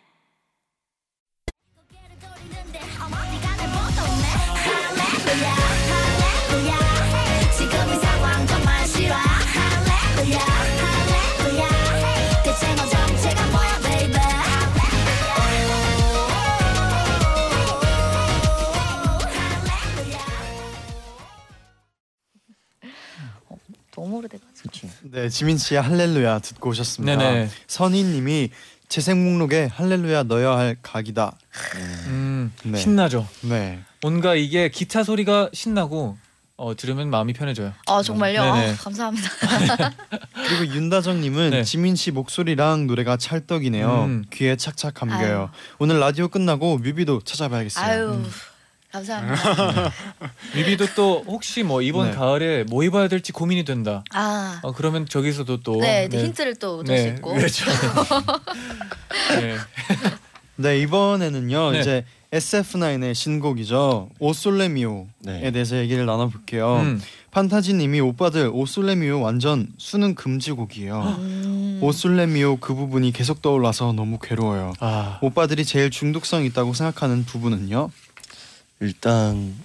Speaker 5: 너무 오래돼가지고.
Speaker 2: 네, 지민 씨의 할렐루야 듣고 오셨습니다.
Speaker 3: 네네.
Speaker 2: 선희님이 재생 목록에 할렐루야 넣어야 할 각이다.
Speaker 3: 음,
Speaker 2: 네.
Speaker 3: 신나죠.
Speaker 2: 네,
Speaker 3: 뭔가 이게 기타 소리가 신나고 어, 들으면 마음이 편해져요.
Speaker 5: 아 정말요?
Speaker 3: 네네.
Speaker 5: 아, 감사합니다.
Speaker 2: 그리고 윤다정님은
Speaker 3: 네.
Speaker 2: 지민 씨 목소리랑 노래가 찰떡이네요.
Speaker 3: 음.
Speaker 2: 귀에 착착 감겨요.
Speaker 5: 아유.
Speaker 2: 오늘 라디오 끝나고 뮤비도 찾아봐야겠어요.
Speaker 5: 아유 감사합니다.
Speaker 3: 뮤비도 또 혹시 뭐 이번
Speaker 2: 네.
Speaker 3: 가을에 뭐 입어야 될지 고민이 된다.
Speaker 5: 아.
Speaker 3: 어, 그러면 저기서도 또
Speaker 5: 네, 이제 힌트를 또 얻을 수 있고.
Speaker 3: 그렇죠. 네.
Speaker 2: 네 이번에는요
Speaker 3: 네.
Speaker 2: 이제 SF9의 신곡이죠 오솔레미오에
Speaker 7: 네.
Speaker 2: 대해서 얘기를 나눠볼게요.
Speaker 3: 음.
Speaker 2: 판타지님이 오빠들 오솔레미오 완전 수능 금지곡이에요.
Speaker 5: 음.
Speaker 2: 오솔레미오 그 부분이 계속 떠올라서 너무 괴로워요.
Speaker 3: 아,
Speaker 2: 오빠들이 제일 중독성 있다고 생각하는 부분은요?
Speaker 7: 일단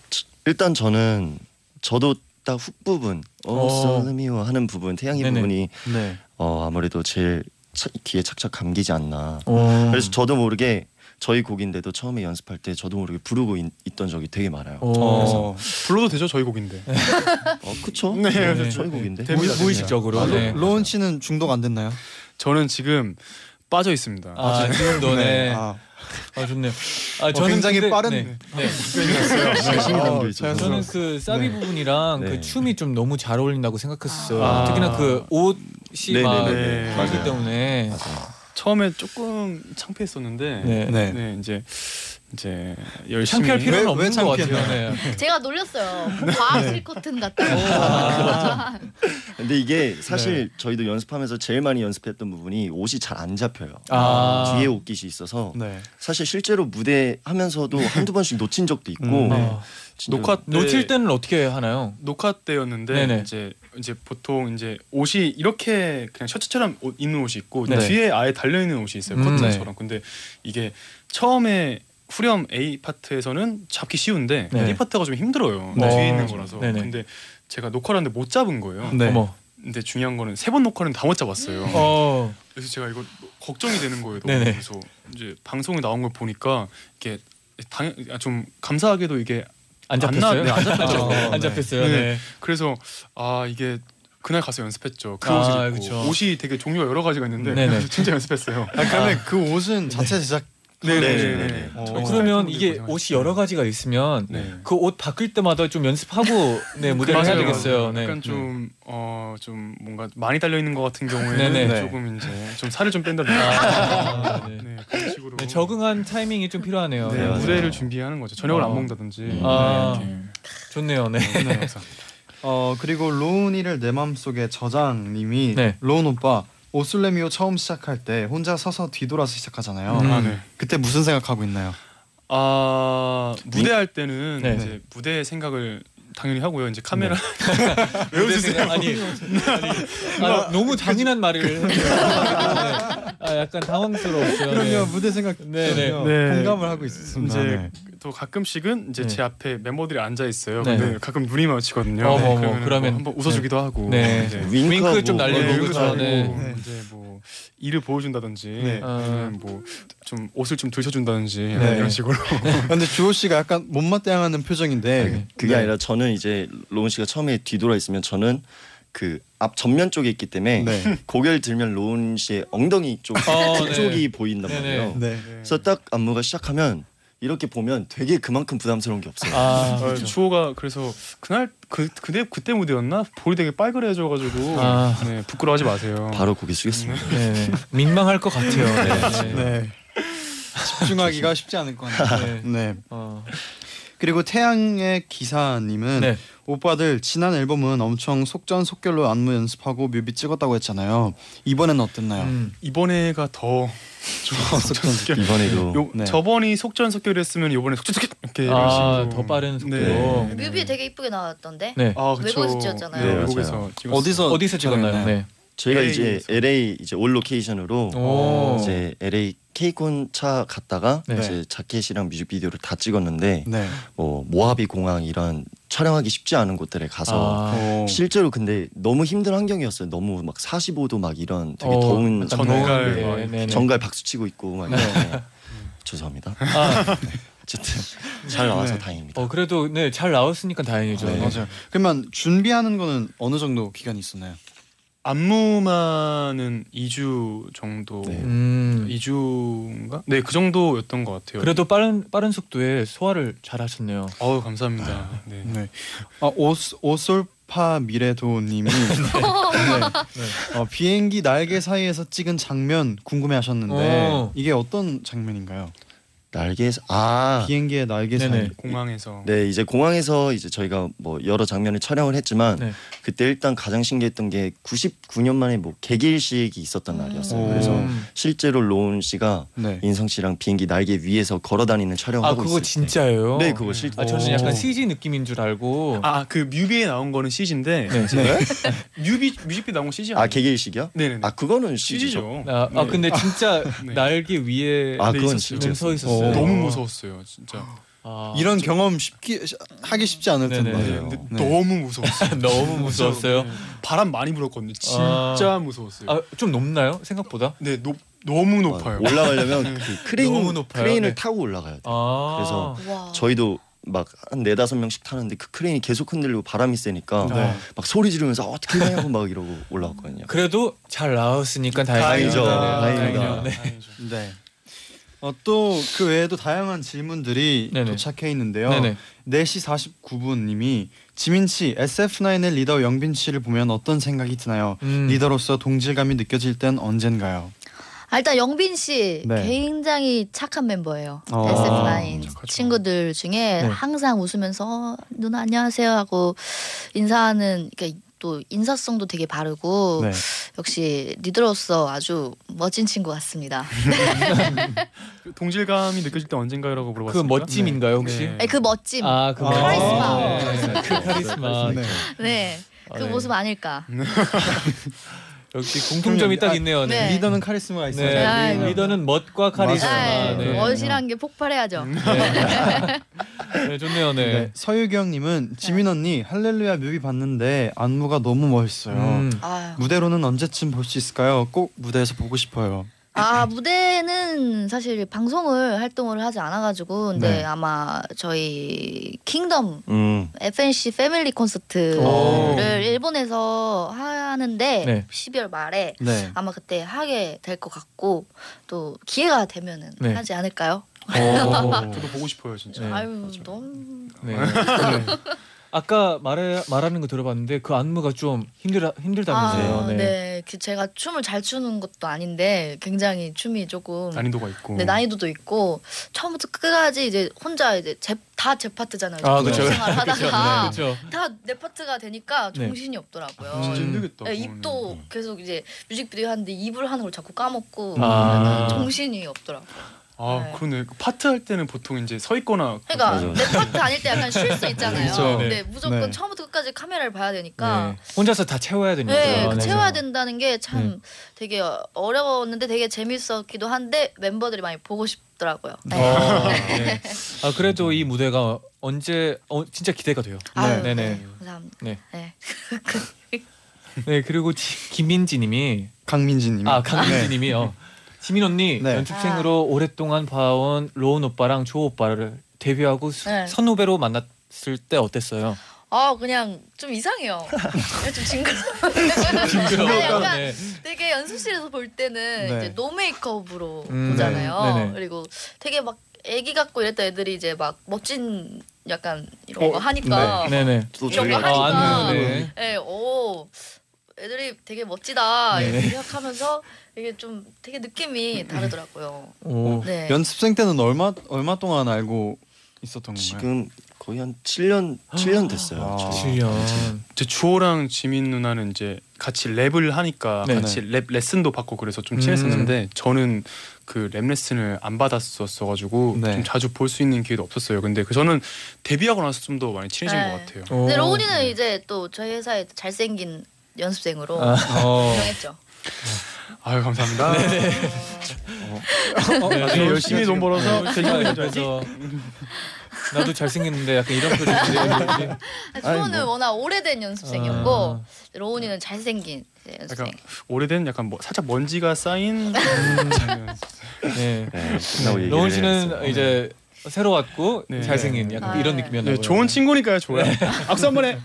Speaker 7: 일단 저는 저도 딱 훅 부분
Speaker 3: 어.
Speaker 7: 어썸이요 하는 부분 태양이
Speaker 3: 네네.
Speaker 7: 부분이
Speaker 2: 네.
Speaker 7: 어 아무래도 제일 차- 귀에 착착 감기지 않나.
Speaker 2: 어.
Speaker 3: 어.
Speaker 7: 그래서 저도 모르게 저희 곡인데도 처음에 연습할 때 저도 모르게 부르고 있, 던 적이 되게 많아요.
Speaker 3: 오.
Speaker 7: 그래서
Speaker 2: 어,
Speaker 6: 불러도 되죠 저희 곡인데.
Speaker 7: 어 그쵸?
Speaker 6: 네,
Speaker 3: 네.
Speaker 7: 저희 곡인데.
Speaker 6: 데뷔
Speaker 3: 무의- 무의식적으로.
Speaker 7: 맞아요.
Speaker 3: 네.
Speaker 2: 로운 씨는 중독 안 됐나요?
Speaker 6: 저는 지금 빠져 있습니다.
Speaker 3: 아, 지금 너네. 아,
Speaker 2: 아,
Speaker 3: 좋네요. 아,
Speaker 2: 굉장히 빠른-
Speaker 3: 네.
Speaker 7: 관심이 담겨 있어서.
Speaker 2: 자연스러워.
Speaker 3: 저는 그 사비
Speaker 2: 네.
Speaker 3: 부분이랑
Speaker 7: 네.
Speaker 3: 그 춤이 좀 너무 잘 어울린다고 생각했었어요.
Speaker 6: 아.
Speaker 3: 특히나 그 옷이
Speaker 7: 네네네.
Speaker 3: 막
Speaker 6: 네.
Speaker 3: 그렇기
Speaker 7: 맞아요.
Speaker 3: 때문에
Speaker 7: 맞아요.
Speaker 6: 처음에 조금 창피했었는데 네.
Speaker 3: 네.
Speaker 2: 네.
Speaker 6: 이제 이제 열심히
Speaker 3: 창피할 필요는
Speaker 2: 왜- 왜
Speaker 3: 없는 것 같아요.
Speaker 2: 창피했나요?
Speaker 3: 네.
Speaker 5: 제가 놀렸어요. 뭐 과학실 커튼 같다고.
Speaker 7: 근데 이게 사실 저희도 연습하면서 제일 많이 연습했던 부분이 옷이 잘 안 잡혀요.
Speaker 3: 아.
Speaker 7: 뒤에 옷깃이 있어서
Speaker 2: 네.
Speaker 7: 사실 실제로 무대 하면서도 한두 번씩 놓친 적도 있고
Speaker 2: 음. 네.
Speaker 3: 아,
Speaker 7: 진짜
Speaker 6: 녹화 때
Speaker 3: 놓칠 때는 어떻게 하나요?
Speaker 6: 네. 녹화 때였는데
Speaker 3: 네네.
Speaker 6: 이제 이제 보통 이제 옷이 이렇게 그냥 셔츠처럼 옷, 입는 옷이 있고
Speaker 3: 네.
Speaker 6: 뒤에 아예 달려 있는 옷이 있어요
Speaker 3: 음,
Speaker 6: 커튼처럼. 근데 이게 처음에 후렴 A 파트에서는 잡기 쉬운데
Speaker 3: 네.
Speaker 6: B 파트가 좀 힘들어요
Speaker 3: 네.
Speaker 6: 뒤에 있는 거라서.
Speaker 3: 네네.
Speaker 6: 근데 제가 녹화를 하는데 못 잡은 거예요.
Speaker 2: 네.
Speaker 3: 어머.
Speaker 6: 근데 중요한 거는 세 번 녹화는 다 못 잡았어요.
Speaker 3: 어.
Speaker 6: 그래서 제가 이거 걱정이 되는 거예요. 너무.
Speaker 3: 네네.
Speaker 6: 그래서 이제 방송에 나온 걸 보니까 이게 당연 아, 좀 감사하게도 이게
Speaker 3: 안
Speaker 6: 안
Speaker 3: 잡혔어요?
Speaker 6: 나- 네, 안
Speaker 2: 잡혔죠.
Speaker 3: 안 잡혔어요. 네.
Speaker 6: 그래서 아 이게 그날 가서 연습했죠. 그
Speaker 3: 아,
Speaker 6: 옷을 입고
Speaker 3: 그쵸.
Speaker 6: 옷이 되게 종류가 여러 가지가 있는데
Speaker 3: 네네.
Speaker 6: 그래서 진짜 연습했어요.
Speaker 2: 아, 그러면 그 옷은 자체 제작.
Speaker 7: 네네네.
Speaker 2: 어,
Speaker 3: 어,
Speaker 6: 저희
Speaker 3: 그러면
Speaker 6: 스태프분들이
Speaker 3: 이게
Speaker 6: 고생하셨죠.
Speaker 3: 옷이 여러 가지가 있으면
Speaker 6: 네. 음,
Speaker 3: 그 옷 바뀔 때마다 좀 연습하고 네 무대를 해야
Speaker 6: 맞아요.
Speaker 3: 되겠어요. 네.
Speaker 6: 약간 좀어좀 뭔가 많이 달려 있는 것 같은 경우에는
Speaker 3: 네네.
Speaker 6: 조금 이제 좀 살을 좀 뺀다든가
Speaker 3: 아, 네.
Speaker 6: 네, 그런 식으로
Speaker 3: 네, 적응한 타이밍이 좀 필요하네요.
Speaker 6: 네,
Speaker 7: 네, 맞아요.
Speaker 6: 무대를 준비하는 거죠. 저녁을
Speaker 3: 어.
Speaker 6: 안 먹는다든지
Speaker 3: 아.
Speaker 6: 네, 이렇게.
Speaker 3: 좋네요. 네.
Speaker 6: 네, 항상.
Speaker 2: 어 그리고 로운이를 내 맘속에 저장님이
Speaker 3: 네.
Speaker 2: 로운 오빠 오슬레미오 처음 시작할 때 혼자 서서 뒤돌아서 시작하잖아요.
Speaker 3: 음.
Speaker 6: 아, 네.
Speaker 2: 그때 무슨 생각하고 있나요?
Speaker 6: 아 무대 할 때는
Speaker 3: 네.
Speaker 6: 이제 무대 생각을 당연히 하고요. 이제 카메라
Speaker 3: 외우세요? 네, 아니, 아니 아, 너무 잔인한 말을 했네요. 네. 아, 약간 당황스러웠어요. 네.
Speaker 2: 그럼요 무대 생각
Speaker 3: 네, 네.
Speaker 2: 그럼요.
Speaker 6: 네.
Speaker 2: 공감을 하고 있습니다.
Speaker 6: 이제
Speaker 2: 네.
Speaker 6: 또 가끔씩은 이제
Speaker 3: 네.
Speaker 6: 제 앞에 멤버들이 앉아 있어요.
Speaker 3: 네.
Speaker 6: 근데 가끔 눈이 마주치거든요.
Speaker 3: 어머, 어머,
Speaker 6: 그러면은
Speaker 3: 그러면-
Speaker 6: 뭐 한번 웃어주기도 하고
Speaker 3: 네.
Speaker 6: 이제
Speaker 7: 윙크하고
Speaker 3: 윙크 좀
Speaker 6: 네,
Speaker 3: 날리고
Speaker 6: 윙크도
Speaker 3: 그죠?
Speaker 6: 하고
Speaker 3: 네.
Speaker 2: 네.
Speaker 6: 이제 뭐 일을 보여준다든지
Speaker 2: 네.
Speaker 6: 아니면 뭐좀 옷을 좀 들춰준다든지 아,
Speaker 2: 네.
Speaker 6: 이런 식으로
Speaker 2: 근데 주호 씨가 약간 못마땅하는 표정인데
Speaker 7: 그게
Speaker 2: 네.
Speaker 7: 아니라 저는 이제 로운 씨가 처음에 뒤돌아 있으면 저는 그 앞 전면 쪽에 있기 때문에
Speaker 2: 네.
Speaker 7: 고개를 들면 로운 씨의 엉덩이 쪽
Speaker 3: 어,
Speaker 7: 쪽이
Speaker 3: 네.
Speaker 7: 보인단
Speaker 3: 네네.
Speaker 7: 말이에요.
Speaker 2: 네.
Speaker 7: 그래서 딱 안무가 시작하면 이렇게 보면 되게 그만큼 부담스러운 게 없어요.
Speaker 3: 아,
Speaker 6: 아, 주호가 그래서 그날 그 그때 그때 무대였나 볼이 되게 빨그레져가지고
Speaker 3: 아.
Speaker 6: 네, 부끄러워하지 마세요.
Speaker 7: 바로 고개 숙였습니다.
Speaker 3: 네, 네. 민망할 것 같아요. 네. 네.
Speaker 2: 네. 집중하기가 쉽지 않을 것 같아요. 네.
Speaker 3: 어,
Speaker 2: 그리고 태양의 기사님은
Speaker 3: 네.
Speaker 2: 오빠들 지난 앨범은 엄청 속전속결로 안무 연습하고 뮤비 찍었다고 했잖아요. 이번엔 어땠나요?
Speaker 3: 음.
Speaker 6: 이번에가 더 속전속결.
Speaker 7: 이번에도
Speaker 6: 음. 요
Speaker 2: 네.
Speaker 6: 저번이 속전속결했으면 이번에 속전속결 이렇게 이런
Speaker 3: 아,
Speaker 6: 식으로
Speaker 3: 더 빠른 속도로.
Speaker 6: 네.
Speaker 5: 뮤비 되게 이쁘게 나왔던데.
Speaker 3: 네.
Speaker 6: 아, 그쵸.
Speaker 5: 외국에서 찍었잖아요.
Speaker 7: 네,
Speaker 6: 외국에서
Speaker 7: 맞아요.
Speaker 6: 찍었어요.
Speaker 2: 어디서
Speaker 3: 어디서 찍었나요?
Speaker 2: 촬영했나요?
Speaker 3: 네.
Speaker 7: 저희가
Speaker 6: LA
Speaker 7: 이제
Speaker 6: 에서.
Speaker 7: LA 이제 올 로케이션으로
Speaker 3: 오.
Speaker 7: 이제 LA 케이콘 차 갔다가
Speaker 3: 네.
Speaker 7: 이제 자켓이랑 뮤직비디오를 다 찍었는데
Speaker 2: 네.
Speaker 7: 뭐 모하비 공항 이런 촬영하기 쉽지 않은 곳들에 가서
Speaker 3: 아,
Speaker 2: 어.
Speaker 7: 실제로 근데 너무 힘든 환경이었어요. 너무 막 45도 막 이런 되게
Speaker 3: 어,
Speaker 7: 더운
Speaker 3: 약간
Speaker 6: 전갈
Speaker 3: 네,
Speaker 6: 막
Speaker 3: 네, 네.
Speaker 7: 정갈 박수 치고 있고 막 이런. 죄송합니다.
Speaker 3: 아,
Speaker 7: 네. 어쨌든 잘 나와서
Speaker 2: 네.
Speaker 7: 다행입니다.
Speaker 3: 어 그래도 네 잘 나왔으니까 다행이죠.
Speaker 2: 네. 맞아요. 그러면 준비하는 거는 어느 정도 기간이 있었나요?
Speaker 6: 안무만은 2주 정도
Speaker 7: 네.
Speaker 3: 음.
Speaker 6: 2주인가? 네, 그 정도였던 것 같아요.
Speaker 3: 그래도 빠른 빠른 속도에 소화를 잘 하셨네요.
Speaker 6: 어우, 감사합니다. 네.
Speaker 2: 네. 아, 오스, 오솔파 미래도님이 네. 어, 비행기 날개 사이에서 찍은 장면 궁금해하셨는데
Speaker 3: 어.
Speaker 2: 이게 어떤 장면인가요?
Speaker 7: 날개에서 아
Speaker 2: 비행기의 날개
Speaker 3: 네네.
Speaker 2: 사이.
Speaker 6: 공항에서
Speaker 7: 네, 이제 공항에서 이제 저희가 뭐 여러 장면을 촬영을 했지만
Speaker 3: 네.
Speaker 7: 그때 일단 가장 신기했던 게 99년 만에 뭐 개기일식이 있었던 날이었어요.
Speaker 2: 오.
Speaker 3: 음.
Speaker 7: 그래서 실제로 로운 씨가
Speaker 2: 네.
Speaker 7: 인성 씨랑 비행기 날개 위에서 걸어 다니는 촬영을
Speaker 3: 아
Speaker 7: 하고
Speaker 3: 그거
Speaker 7: 있을
Speaker 3: 진짜예요?
Speaker 7: 때. 네, 그거 실.
Speaker 3: 아 저는 약간 CG 느낌인 줄 알고.
Speaker 6: 아, 그 뮤비에 나온 거는 CG인데
Speaker 3: 네.
Speaker 6: 뮤비 뮤직비디오 나온 거 CG 아니에요?
Speaker 7: 아 개기일식이야?
Speaker 6: 네네.
Speaker 7: 아 그거는 CG죠.
Speaker 6: CG죠.
Speaker 3: 아, 아, 근데 진짜
Speaker 6: 네.
Speaker 3: 날개 위에
Speaker 7: 아
Speaker 6: 네,
Speaker 7: 그건
Speaker 6: 있었어요.
Speaker 7: 진짜.
Speaker 3: 서 있었어요.
Speaker 6: 너무 무서웠어요, 진짜.
Speaker 3: 아,
Speaker 2: 이런 경험 쉽게 하기 쉽지 않을
Speaker 3: 네네.
Speaker 2: 텐데.
Speaker 6: 네,
Speaker 7: 맞아요.
Speaker 6: 근데
Speaker 2: 네.
Speaker 6: 너무 무서웠어요.
Speaker 3: 너무 무서웠어요.
Speaker 6: 네. 바람 많이 불었거든요. 진짜 무서웠어요.
Speaker 3: 아좀 높나요 생각보다?
Speaker 6: 네, 높, 너무
Speaker 7: 아,
Speaker 6: 높아요.
Speaker 7: 올라가려면 그
Speaker 3: 너무
Speaker 7: 크레인
Speaker 3: 높아요.
Speaker 7: 크레인을
Speaker 3: 네.
Speaker 7: 타고 올라가야 돼. 요
Speaker 3: 아
Speaker 7: 그래서
Speaker 5: 와.
Speaker 7: 저희도 막 한 네다섯 명씩 타는데 그 크레인이 계속 흔들리고 바람이 세니까
Speaker 6: 네.
Speaker 7: 막 소리 지르면서 어떻게 하냐고 막 이러고 올라왔거든요.
Speaker 3: 그래도 잘 나왔으니까 다행이죠.
Speaker 7: 다행이죠.
Speaker 3: 네,
Speaker 7: 다행이다.
Speaker 3: 다행이네요. 네.
Speaker 6: 다행이죠.
Speaker 2: 네. 어, 또 그 외에도 다양한 질문들이
Speaker 3: 네네.
Speaker 2: 도착해 있는데요.
Speaker 3: 네네.
Speaker 2: 4시 49분님이 지민 씨 SF9의 리더 영빈 씨를 보면 어떤 생각이 드나요?
Speaker 3: 음.
Speaker 2: 리더로서 동질감이 느껴질 땐 언젠가요?
Speaker 5: 아, 일단 영빈 씨
Speaker 2: 네.
Speaker 5: 굉장히 착한 멤버예요.
Speaker 2: 어.
Speaker 5: SF9
Speaker 6: 착하죠.
Speaker 5: 친구들 중에
Speaker 3: 네.
Speaker 5: 항상 웃으면서 어, 누나 안녕하세요 하고 인사하는 그러니까 또 인사성도 되게 바르고
Speaker 2: 네.
Speaker 5: 역시 리더로서 아주 멋진 친구 같습니다.
Speaker 6: 그 동질감이 느껴질 때 언젠가요라고 물어봤어요.
Speaker 3: 그 멋짐인가요 혹시?
Speaker 6: 네.
Speaker 5: 아니, 그 멋짐,
Speaker 3: 아, 그
Speaker 5: 카리스마.
Speaker 3: 네. 그 카리스마.
Speaker 2: 네.
Speaker 5: 네, 그
Speaker 3: 네.
Speaker 5: 모습 아닐까.
Speaker 3: 역시 공통점이 딱 있네요. 네.
Speaker 5: 네.
Speaker 2: 리더는 카리스마가 있어요.
Speaker 3: 네,
Speaker 5: 아,
Speaker 3: 리-
Speaker 5: 이거.
Speaker 3: 리더는 멋과 카리스마.
Speaker 5: 아,
Speaker 2: 맞아요.
Speaker 3: 네. 음.
Speaker 5: 멋이란 게 폭발해야죠.
Speaker 3: 네. 네, 좋네요. 네.
Speaker 2: 네. 서유경님은 지민 언니 할렐루야 뮤비 봤는데 안무가 너무 멋있어요.
Speaker 3: 음.
Speaker 5: 아유.
Speaker 2: 무대로는 언제쯤 볼 수 있을까요? 꼭 무대에서 보고 싶어요.
Speaker 5: 아 무대는 사실 방송을 활동을 하지 않아가지고 근데
Speaker 2: 네.
Speaker 5: 아마 저희 킹덤
Speaker 7: 음.
Speaker 5: FNC 패밀리
Speaker 3: 어. 오.
Speaker 5: 콘서트를 일본에서 하는데
Speaker 3: 네.
Speaker 5: 12월 말에
Speaker 2: 네.
Speaker 5: 아마 그때 하게 될 것 같고 또 기회가 되면은
Speaker 3: 네.
Speaker 5: 하지 않을까요?
Speaker 3: 오.
Speaker 6: 어, 저도 보고 싶어요, 진짜.
Speaker 3: 네.
Speaker 5: 아유 너무
Speaker 3: 네. 아까 말해 말하는 거 들어봤는데 그 안무가 좀 힘들다 힘들다면서요.
Speaker 5: 아,
Speaker 3: 네.
Speaker 5: 네. 그 제가 춤을 잘 추는 것도 아닌데 굉장히 춤이 조금
Speaker 6: 난이도가
Speaker 3: 뭐.
Speaker 6: 있고.
Speaker 5: 네, 난이도도 있고 처음부터 끝까지 이제 혼자 이제 제, 다제 파트잖아요.
Speaker 3: 아,
Speaker 5: 전공
Speaker 3: 그쵸.
Speaker 5: 생활 하다가
Speaker 3: 그렇죠.
Speaker 5: 다 내 파트가 되니까
Speaker 3: 네. 음.
Speaker 5: 정신이 없더라고요.
Speaker 6: 진짜 힘들겠다.
Speaker 5: 네,
Speaker 6: 그거는.
Speaker 5: 입도 계속 이제 뮤직비디오 하는데 입을 하는 걸 자꾸 까먹고
Speaker 3: 아.
Speaker 5: 정신이 없더라고.
Speaker 6: 아
Speaker 5: 네.
Speaker 6: 그러네. 그 파트 할 때는 보통 이제 서 있거나.
Speaker 5: 그러니까
Speaker 7: 맞아, 맞아.
Speaker 5: 내 파트 아닐 때 약간 쉴 수 있잖아요.
Speaker 3: 그쵸.
Speaker 5: 네,
Speaker 3: 네.
Speaker 5: 무조건
Speaker 2: 네.
Speaker 5: 처음부터 끝까지 카메라를 봐야 되니까.
Speaker 3: 네. 혼자서 다 채워야 되니까.
Speaker 5: 그러니까 네,
Speaker 3: 아,
Speaker 5: 그
Speaker 3: 네.
Speaker 5: 채워야 된다는 게 참
Speaker 3: 네.
Speaker 5: 되게 어려웠는데 되게 재밌었기도 한데 멤버들이 많이 보고 싶더라고요. 네.
Speaker 3: 아, 네. 아 그래도 이 무대가 언제 어, 진짜 기대가 돼요.
Speaker 5: 아유,
Speaker 3: 네,
Speaker 5: 네,
Speaker 3: 네.
Speaker 5: 감사합니다.
Speaker 3: 네.
Speaker 5: 네.
Speaker 3: 네 그리고 지, 김민지님이
Speaker 2: 강민지님.
Speaker 6: 네.
Speaker 3: 아 강민지님이요. 지민 언니
Speaker 2: 네.
Speaker 3: 연습생으로
Speaker 5: 아.
Speaker 3: 오랫동안 봐온 로운 오빠랑 조 오빠를 데뷔하고 수-
Speaker 5: 네.
Speaker 3: 선후배로 만났을 때 어땠어요?
Speaker 5: 아 그냥 좀 이상해요. 좀 징그러워. 아니, 약간
Speaker 3: 네.
Speaker 5: 되게 연습실에서 볼 때는
Speaker 2: 네.
Speaker 5: 이제 노 메이크업으로
Speaker 3: 음,
Speaker 5: 보잖아요.
Speaker 3: 네, 네네.
Speaker 5: 그리고 되게 막 애기 같고 이랬던 애들이 이제 막 멋진 약간 이런 거
Speaker 6: 어,
Speaker 5: 하니까
Speaker 3: 네네.
Speaker 7: 또
Speaker 5: 이런 거
Speaker 7: 저희가
Speaker 5: 하니까.
Speaker 3: 아, 안무, 네.
Speaker 5: 예, 오. 애들이 되게 멋지다
Speaker 3: 네.
Speaker 5: 이렇게 생각하면서 이게 좀 되게 느낌이 다르더라고요.
Speaker 3: 오.
Speaker 5: 네.
Speaker 2: 연습생 때는 얼마 얼마 동안 알고 있었던 건가요?
Speaker 7: 지금 거의 한 7년 7년 됐어요.
Speaker 2: 아.
Speaker 7: 저희.
Speaker 3: 7년.
Speaker 6: 이제 주호랑 지민 누나는 이제 같이 랩을 하니까
Speaker 3: 네,
Speaker 6: 같이 랩 레슨도 받고 그래서 좀
Speaker 3: 음.
Speaker 6: 친했었는데 저는 그 랩 레슨을 안 받았었어 가지고
Speaker 2: 네.
Speaker 6: 좀 자주 볼 수 있는 기회도 없었어요. 근데 그 저는 데뷔하고 나서 좀 더 많이 친해진
Speaker 5: 네.
Speaker 6: 것 같아요.
Speaker 5: 근데 로운이는 이제 또 저희 회사에 잘생긴 연습생으로
Speaker 3: 아, 어.
Speaker 5: 유명했죠.
Speaker 6: 아유 감사합니다.
Speaker 3: 네, 어,
Speaker 6: 나중에 네, 열심히 돈 벌어서
Speaker 3: 생각이 해서 네. 아, 나도 잘생겼는데 약간 이런 표정인데
Speaker 5: 소원은
Speaker 7: 뭐.
Speaker 5: 워낙 오래된 연습생이었고
Speaker 3: 아.
Speaker 5: 로운이는 잘생긴 이제 연습생.
Speaker 3: 그러니까
Speaker 6: 약간 오래된 약간 뭐 살짝 먼지가 쌓인
Speaker 3: 네.
Speaker 7: 네, 끝나고 얘기를
Speaker 3: 로운
Speaker 7: 했어요. 네.
Speaker 3: 씨는 이제 새로 왔고
Speaker 6: 네.
Speaker 3: 잘생긴 약간
Speaker 5: 네.
Speaker 3: 이런
Speaker 5: 네.
Speaker 3: 느낌이었나
Speaker 6: 네,
Speaker 3: 봐요.
Speaker 6: 좋은 친구니까요, 좋아요. 악수 한 번 해.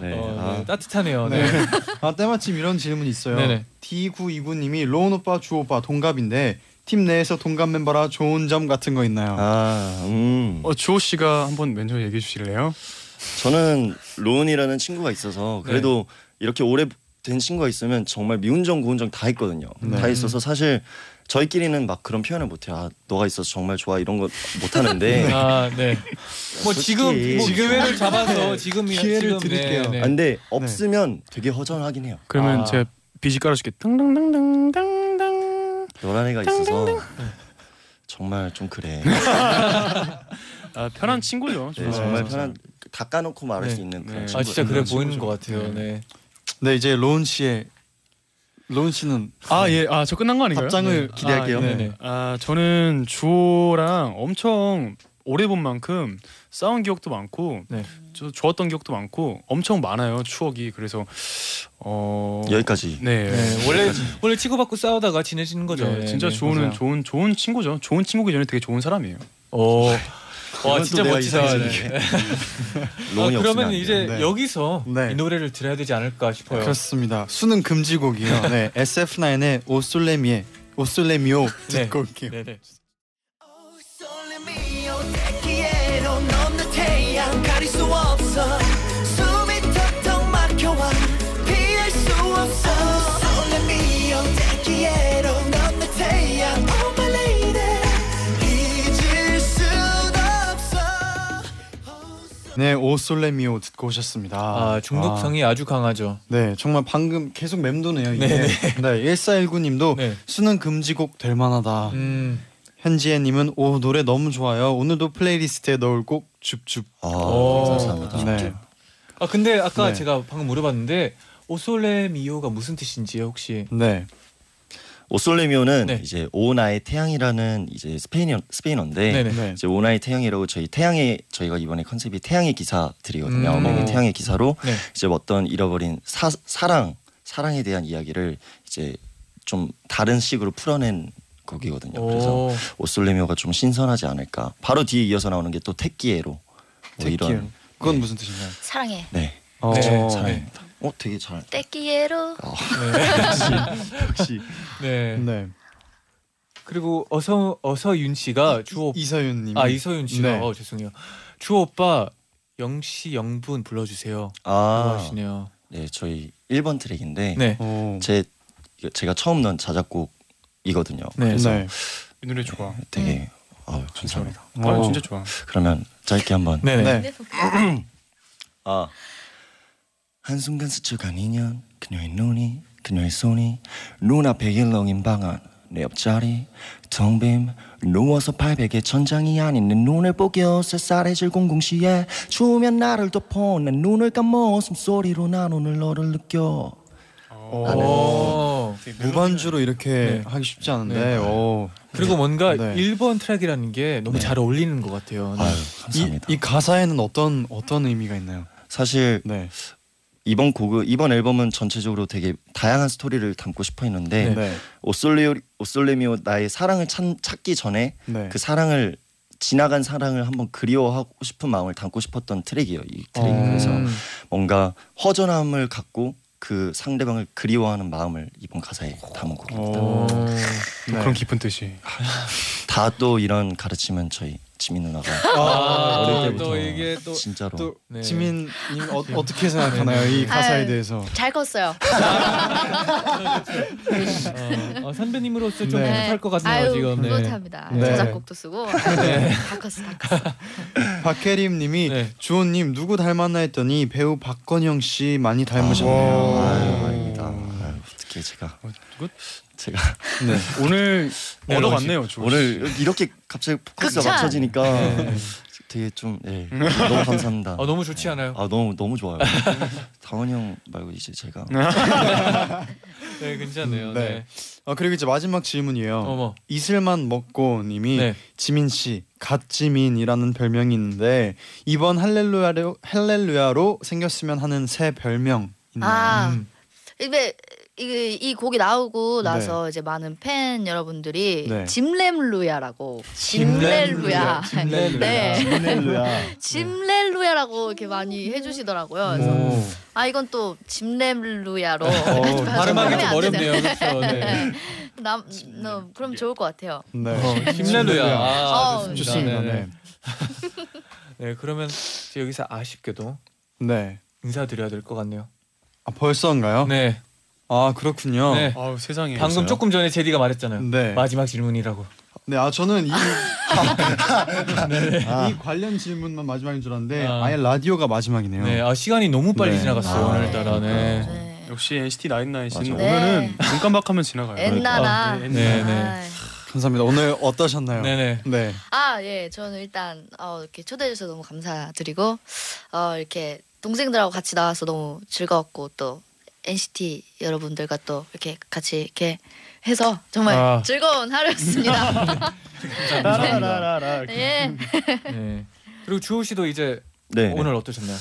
Speaker 7: 네.
Speaker 3: 어,
Speaker 7: 아,
Speaker 3: 네, 따뜻하네요. 네.
Speaker 2: 네. 아 때마침 이런 질문이 있어요.
Speaker 3: 네네.
Speaker 2: D929님이 로운 오빠, 주 오빠 동갑인데 팀 내에서 동갑 멤버라 좋은 점 같은 거 있나요?
Speaker 7: 아, 음.
Speaker 6: 어, 주호 씨가 한번 먼저 얘기해 주실래요?
Speaker 7: 저는 로운이라는 친구가 있어서 그래도
Speaker 3: 네.
Speaker 7: 이렇게 오래 된 친구가 있으면 정말 미운정 고운정 다 있거든요.
Speaker 2: 네.
Speaker 7: 다 있어서 사실 저희끼리는 막 그런 표현을 못해요. 아, 너가 있어서 정말 좋아 이런 거 못하는데
Speaker 3: 아, 네. 뭐
Speaker 7: 솔직히-
Speaker 3: 지금 뭐 기회를 잡아서 지금
Speaker 2: 기회를
Speaker 3: 지금,
Speaker 2: 드릴게요.
Speaker 3: 네,
Speaker 7: 아,
Speaker 3: 네.
Speaker 7: 근데 없으면 되게 허전하긴 해요.
Speaker 6: 그러면
Speaker 2: 아.
Speaker 6: 제가 비지 깔아줄게. 땅땅땅땅땅땅.
Speaker 7: 너란 애가 있어서 정말 좀 그래.
Speaker 6: 아, 편한 친구죠.
Speaker 7: 네,
Speaker 6: 주호 씨.
Speaker 7: 정말 편한 그 다 까놓고 말할
Speaker 3: 네.
Speaker 7: 수 있는 그런
Speaker 6: 네.
Speaker 7: 친구.
Speaker 3: 아 진짜 그래
Speaker 7: 친구죠.
Speaker 3: 보이는 것 같아요. 네.
Speaker 2: 네 이제 로운 씨의 로운 씨는
Speaker 6: 아 예, 아 저 끝난 거 아닌가요?
Speaker 2: 답장을
Speaker 6: 네.
Speaker 2: 기대할게요.
Speaker 6: 아, 예.
Speaker 3: 네네.
Speaker 6: 아 저는 주호랑 엄청 오래 본 만큼 싸운 기억도 많고
Speaker 3: 네.
Speaker 6: 저 좋았던 기억도 많고 엄청 많아요 추억이 그래서 어
Speaker 7: 여기까지.
Speaker 6: 네.
Speaker 3: 네, 원래 원래 치고받고 싸우다가 친해지는 거죠.
Speaker 6: 네,
Speaker 3: 네,
Speaker 6: 진짜
Speaker 3: 네,
Speaker 6: 주호는
Speaker 3: 맞아요.
Speaker 6: 좋은 좋은 친구죠. 좋은 친구기 전에 되게 좋은 사람이에요.
Speaker 3: 오, 어. 와
Speaker 7: 또
Speaker 3: 진짜
Speaker 7: 내가
Speaker 3: 멋지다. 네.
Speaker 7: 이상해지는
Speaker 3: 아,
Speaker 7: 로운이 없으면 안
Speaker 3: 그러면
Speaker 7: 돼요.
Speaker 3: 이제
Speaker 2: 네.
Speaker 3: 여기서
Speaker 2: 네.
Speaker 3: 이 노래를 들어야 되지 않을까 싶어요.
Speaker 2: 그렇습니다. 수능 금지곡이요. 네 SF9의 오솔레미에 오솔레미오
Speaker 3: 네.
Speaker 2: 듣고 올게요.
Speaker 3: 네네.
Speaker 4: 설렘이요 태기에로 넘는 태양 가릴 수 없어 숨이 턱턱 막혀와 피할 수 없어 설렘이요 태기에로 넘는 태양 Oh my lady 잊을 순 없어 Oh
Speaker 2: 네 오솔레미오 듣고 오셨습니다.
Speaker 3: 아 중독성이 아. 주 강하죠.
Speaker 2: 네, 정말 방금 계속 맴도네요. 이게. 네, 1419님도
Speaker 3: 네.
Speaker 2: 수능 금지곡 될 만하다.
Speaker 3: 음,
Speaker 2: 현지혜님은 오 노래 너무 좋아요. 오늘도 플레이리스트에 넣을 곡 줍줍.
Speaker 7: 아,
Speaker 3: 오.
Speaker 7: 감사합니다.
Speaker 2: 네,
Speaker 3: 아 근데 아까
Speaker 2: 네.
Speaker 3: 제가 방금 물어봤는데 오솔레미오가 무슨 뜻인지 혹시
Speaker 2: 네,
Speaker 7: 오솔레미오는
Speaker 3: 네.
Speaker 7: 이제 오나의 태양이라는 이제 스페인 스페인어인데
Speaker 3: 네네.
Speaker 2: 네.
Speaker 7: 이제 오나의 태양이라고 저희 태양의 저희가 이번에 컨셉이 태양의 기사들이거든요.
Speaker 3: 음.
Speaker 7: 어머니 태양의 기사로
Speaker 3: 네.
Speaker 7: 이제 어떤 잃어버린 사, 사랑 사랑에 대한 이야기를 이제 좀 다른 식으로 풀어낸 곡이거든요. 그래서
Speaker 3: 오,
Speaker 7: 오솔레미오가 좀 신선하지 않을까. 바로 뒤에 이어서 나오는 게 또 테끼에로 뭐
Speaker 2: 테키요.
Speaker 7: 이런
Speaker 2: 그건 무슨 뜻인가요?
Speaker 5: 사랑해.
Speaker 7: 네.
Speaker 2: 어,
Speaker 3: 네.
Speaker 7: 사랑해. 어 되게 잘
Speaker 5: 떼끼예로
Speaker 7: 역시
Speaker 3: 네. 네.
Speaker 2: 네.
Speaker 3: 그리고 어서 어서 윤 씨가 주호
Speaker 2: 이서윤님.
Speaker 3: 아 이서윤 씨가
Speaker 2: 네.
Speaker 3: 어, 죄송해요. 주호 오빠 영시 영분 불러주세요. 아.
Speaker 7: 아
Speaker 3: 하시네요.
Speaker 7: 네, 저희 1번 트랙인데
Speaker 3: 네.
Speaker 2: 오.
Speaker 7: 제 제가 처음 넣은 자작곡이거든요.
Speaker 3: 네. 음.
Speaker 7: 그래서
Speaker 2: 네.
Speaker 6: 이 노래 좋아.
Speaker 7: 되게 아우 감사합니다.
Speaker 6: 아
Speaker 2: 오.
Speaker 6: 진짜 좋아.
Speaker 7: 그러면 짧게 한번
Speaker 3: 네네.
Speaker 2: 네.
Speaker 7: 아 한순간 스쳐간 인연 그녀의 눈이 그녀의 손이 눈앞에 일렁인 방안 내 옆자리 텅빔 누워서 800의 천장이 아닌 내 눈을 보겨 쌀쌀해질 공공시에 추우면 나를 덮어 난 눈을 감어 숨소리로 난 오늘 너를 느껴
Speaker 3: 어. 오.
Speaker 2: 무반주로
Speaker 3: 네.
Speaker 2: 이렇게 하기 쉽지 않은데. 어.
Speaker 3: 네.
Speaker 2: 오.
Speaker 3: 그리고 뭔가
Speaker 2: 네.
Speaker 3: 1번 트랙이라는 게 너무 잘 어울리는 것 같아요. 네.
Speaker 7: 아유
Speaker 2: 이,
Speaker 7: 네, 감사합니다
Speaker 2: 이 가사에는 어떤 어떤 의미가 있나요?
Speaker 7: 사실
Speaker 2: 네.
Speaker 7: 이번 곡은 이번 앨범은 전체적으로 되게 다양한 스토리를 담고 싶어 했는데
Speaker 2: 네. 네.
Speaker 7: 오솔레오 오솔레미오 나의 사랑을 찾, 찾기 전에
Speaker 2: 네.
Speaker 3: 네.
Speaker 7: 그 사랑을 지나간 사랑을 한번 그리워하고 싶은 마음을 담고 싶었던 트랙이에요. 이 트랙
Speaker 2: 어.
Speaker 7: 그래서
Speaker 3: 음.
Speaker 7: 뭔가 허전함을 갖고 그 상대방을 그리워하는 마음을 이번 가사에 담은 곡입니다.
Speaker 3: 오.
Speaker 2: 네.
Speaker 6: 그런 깊은 뜻이.
Speaker 7: 다 또 이런 가르침은 저희 지민 누나가
Speaker 3: 아,
Speaker 7: 어릴
Speaker 3: 또
Speaker 7: 때부터
Speaker 3: 이게 또-
Speaker 7: 진짜로
Speaker 2: 또
Speaker 3: 네.
Speaker 2: 지민님 어, 어떻게 생각하나요? 이 가사에
Speaker 5: 아유.
Speaker 2: 대해서.
Speaker 5: 잘 컸어요.
Speaker 3: 어, 어, 선배님으로서 좀
Speaker 2: 네.
Speaker 3: 부족할 것 같네요
Speaker 5: 아유,
Speaker 3: 지금. 네.
Speaker 5: 뿌듯합니다.
Speaker 2: 네.
Speaker 5: 저작곡도 쓰고 네. 다 컸어, 다 컸어.
Speaker 2: 박혜림님이
Speaker 3: 네.
Speaker 2: 주호님 누구 닮았나 했더니 배우 박건영 씨 많이
Speaker 7: 아유
Speaker 2: 닮으셨네요.
Speaker 7: 아닙니다. 아유, 어떻게 제가
Speaker 6: 어, 누구?
Speaker 7: 제가
Speaker 2: 네.
Speaker 6: 오늘
Speaker 3: 네,
Speaker 6: 얻어갔네요. 주호 씨.
Speaker 7: 오늘 그, 이렇게 갑자기 포커스가
Speaker 5: 극찬.
Speaker 7: 맞춰지니까 되게 좀 예, 너무 감사합니다.
Speaker 3: 어, 너무 좋지 네. 않아요?
Speaker 7: 아 너무 너무 좋아요. 당원이 형 말고 이제 제가
Speaker 3: 네, 괜찮네요.
Speaker 2: 네.
Speaker 3: 네.
Speaker 2: 아 그리고 이제 마지막 질문이에요.
Speaker 3: 어머.
Speaker 2: 이슬만 먹고님이
Speaker 3: 네.
Speaker 2: 지민 씨 갓지민이라는 별명이 있는데 이번 할렐루야로 할렐루야로 생겼으면 하는 새 별명 있나요?
Speaker 5: 아,
Speaker 3: 음.
Speaker 5: 입에 이, 이 곡이 나오고
Speaker 3: 네.
Speaker 5: 나서 이제 많은 팬 여러분들이
Speaker 2: 네.
Speaker 5: 짐렐루야라고 짐렐루야
Speaker 3: 짐렐루야.
Speaker 5: 네
Speaker 8: 진렐루야.
Speaker 5: 짐렐루야라고 이렇게
Speaker 3: 음.
Speaker 5: 많이 해주시더라고요. 그래서
Speaker 2: 오.
Speaker 5: 아 이건 또 짐렐루야로
Speaker 2: 어,
Speaker 3: 발음하기 좀
Speaker 5: 아, 안 되네요.
Speaker 3: 어렵네요. 그렇죠. 네.
Speaker 5: 남, 너, 그럼 좋을 것 같아요.
Speaker 2: 네.
Speaker 3: 힘내루야.
Speaker 5: 어,
Speaker 3: 아,
Speaker 2: 좋습니다.
Speaker 3: 네.
Speaker 2: 네.
Speaker 3: 네, 그러면 이제 여기서 아쉽게도
Speaker 2: 네.
Speaker 3: 인사드려야 될 것 같네요.
Speaker 2: 아 벌써인가요?
Speaker 3: 네.
Speaker 2: 아 그렇군요.
Speaker 3: 네.
Speaker 6: 아우 세상에.
Speaker 3: 방금 조금 전에 제디가 말했잖아요.
Speaker 2: 네.
Speaker 3: 마지막 질문이라고.
Speaker 2: 네, 아 저는 이, 네. 이 관련 질문만 마지막인 줄 알았는데
Speaker 3: 아.
Speaker 2: 아. 예 라디오가 마지막이네요.
Speaker 3: 네. 아, 시간이 너무 빨리
Speaker 2: 네.
Speaker 3: 지나갔어요.
Speaker 5: 아,
Speaker 3: 오늘따라. 네.
Speaker 5: 네.
Speaker 6: 역시 NCT 99는
Speaker 7: 맞아.
Speaker 6: 오면은
Speaker 5: 네.
Speaker 6: 눈 깜박하면 지나가요.
Speaker 5: 엔나나.
Speaker 6: 아, 네, 엔나나.
Speaker 3: 네, 네.
Speaker 5: 아이.
Speaker 2: 감사합니다. 오늘 어떠셨나요?
Speaker 3: 네네.
Speaker 2: 네.
Speaker 5: 아, 예. 저는 일단 어, 이렇게 초대해 주셔서 너무 감사드리고 어, 이렇게 동생들하고 같이 나와서 너무 즐거웠고 또 NCT 여러분들과 또 이렇게 같이 이렇게 해서 정말
Speaker 3: 아.
Speaker 5: 즐거운 하루였습니다.
Speaker 6: 라라라라라.
Speaker 5: 예.
Speaker 3: 네. 그리고 주호 씨도 이제
Speaker 7: 네.
Speaker 3: 오늘 어떠셨나요?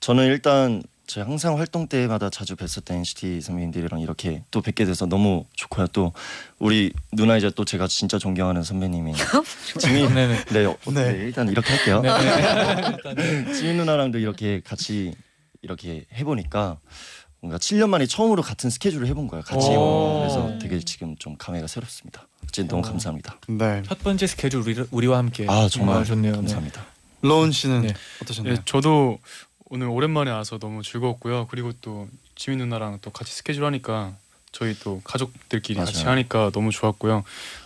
Speaker 7: 저는 일단 제 항상 활동 때마다 자주 뵀었던 NCT 선배님들이랑 이렇게 또 뵙게 돼서 너무 좋고요. 또 우리 누나이자 또 제가 진짜 존경하는 선배님인 지민
Speaker 3: 네네.
Speaker 7: 네, 어, 네. 일단 이렇게 할게요. 네. 어,
Speaker 3: 일단 네.
Speaker 7: 지민 누나랑도 이렇게 같이 이렇게 해보니까 뭔가 7년 만에 처음으로 같은 스케줄을 해본 거예요. 같이
Speaker 3: 오.
Speaker 7: 그래서 되게 지금 좀 감회가 새롭습니다. 진짜 너무 감사합니다.
Speaker 2: 네.
Speaker 3: 첫 번째 스케줄 우리, 우리와 함께
Speaker 7: 아 정말
Speaker 3: 좋네요. 네.
Speaker 7: 감사합니다.
Speaker 2: 로운 씨는
Speaker 3: 네.
Speaker 2: 어떠셨나요?
Speaker 6: 예, 저도 오늘 오랜만에 와서 너무 즐거웠고요. 그리고 또 지민 누나랑 또 같이 스케줄 하니까 저희 또 가족들끼리 같이
Speaker 7: 맞아요.
Speaker 6: 하니까 너무 좋았고요.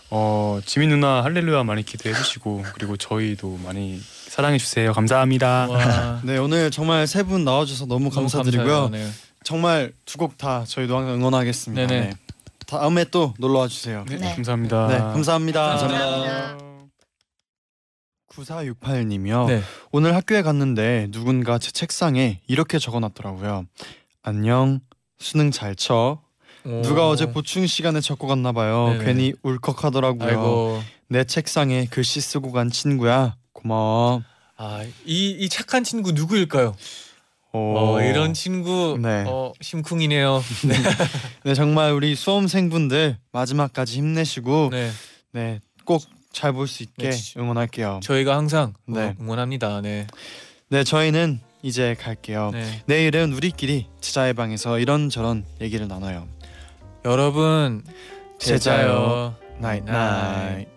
Speaker 6: 어, 지민 누나 할렐루야 많이 기대해 주시고 그리고 저희도 많이 사랑해 주세요. 감사합니다.
Speaker 3: 와.
Speaker 2: 네, 오늘 정말 세 분 나와 주셔서 너무
Speaker 3: 너무
Speaker 2: 감사드리고요.
Speaker 3: 감사해요. 네.
Speaker 2: 정말 두 곡 다 저희도 항상 응원하겠습니다.
Speaker 3: 네네.
Speaker 2: 네. 다음에 또 놀러 와 주세요.
Speaker 6: 네,
Speaker 5: 네.
Speaker 6: 감사합니다.
Speaker 2: 네, 감사합니다.
Speaker 5: 감사합니다.
Speaker 2: 9468님이요.
Speaker 3: 네.
Speaker 2: 오늘 학교에 갔는데 누군가 제 책상에 이렇게 적어놨더라고요. 안녕, 수능 잘 쳐.
Speaker 3: 네.
Speaker 2: 누가 어제 보충 시간에 적고 갔나 봐요.
Speaker 3: 네네.
Speaker 2: 괜히 울컥하더라고요.
Speaker 3: 아이고.
Speaker 2: 내 책상에 글씨 쓰고 간 친구야. 고마워.
Speaker 3: 아, 이, 이 착한 친구 누구일까요?
Speaker 2: 오.
Speaker 3: 어, 이런 친구
Speaker 2: 네.
Speaker 3: 어, 심쿵이네요.
Speaker 2: 네, 정말 우리 수험생분들 마지막까지 힘내시고 네.
Speaker 3: 네.
Speaker 2: 꼭 잘 볼 수 있게
Speaker 3: 네, 지-
Speaker 2: 응원할게요.
Speaker 3: 저희가 항상 어,
Speaker 2: 네.
Speaker 3: 응원합니다. 네.
Speaker 2: 네, 저희는 이제 갈게요.
Speaker 3: 네.
Speaker 2: 내일은 우리끼리 제자의 방에서 이런저런 얘기를 나눠요.
Speaker 3: 여러분
Speaker 2: 제자요.
Speaker 3: 나잇나잇.
Speaker 2: 나잇나잇.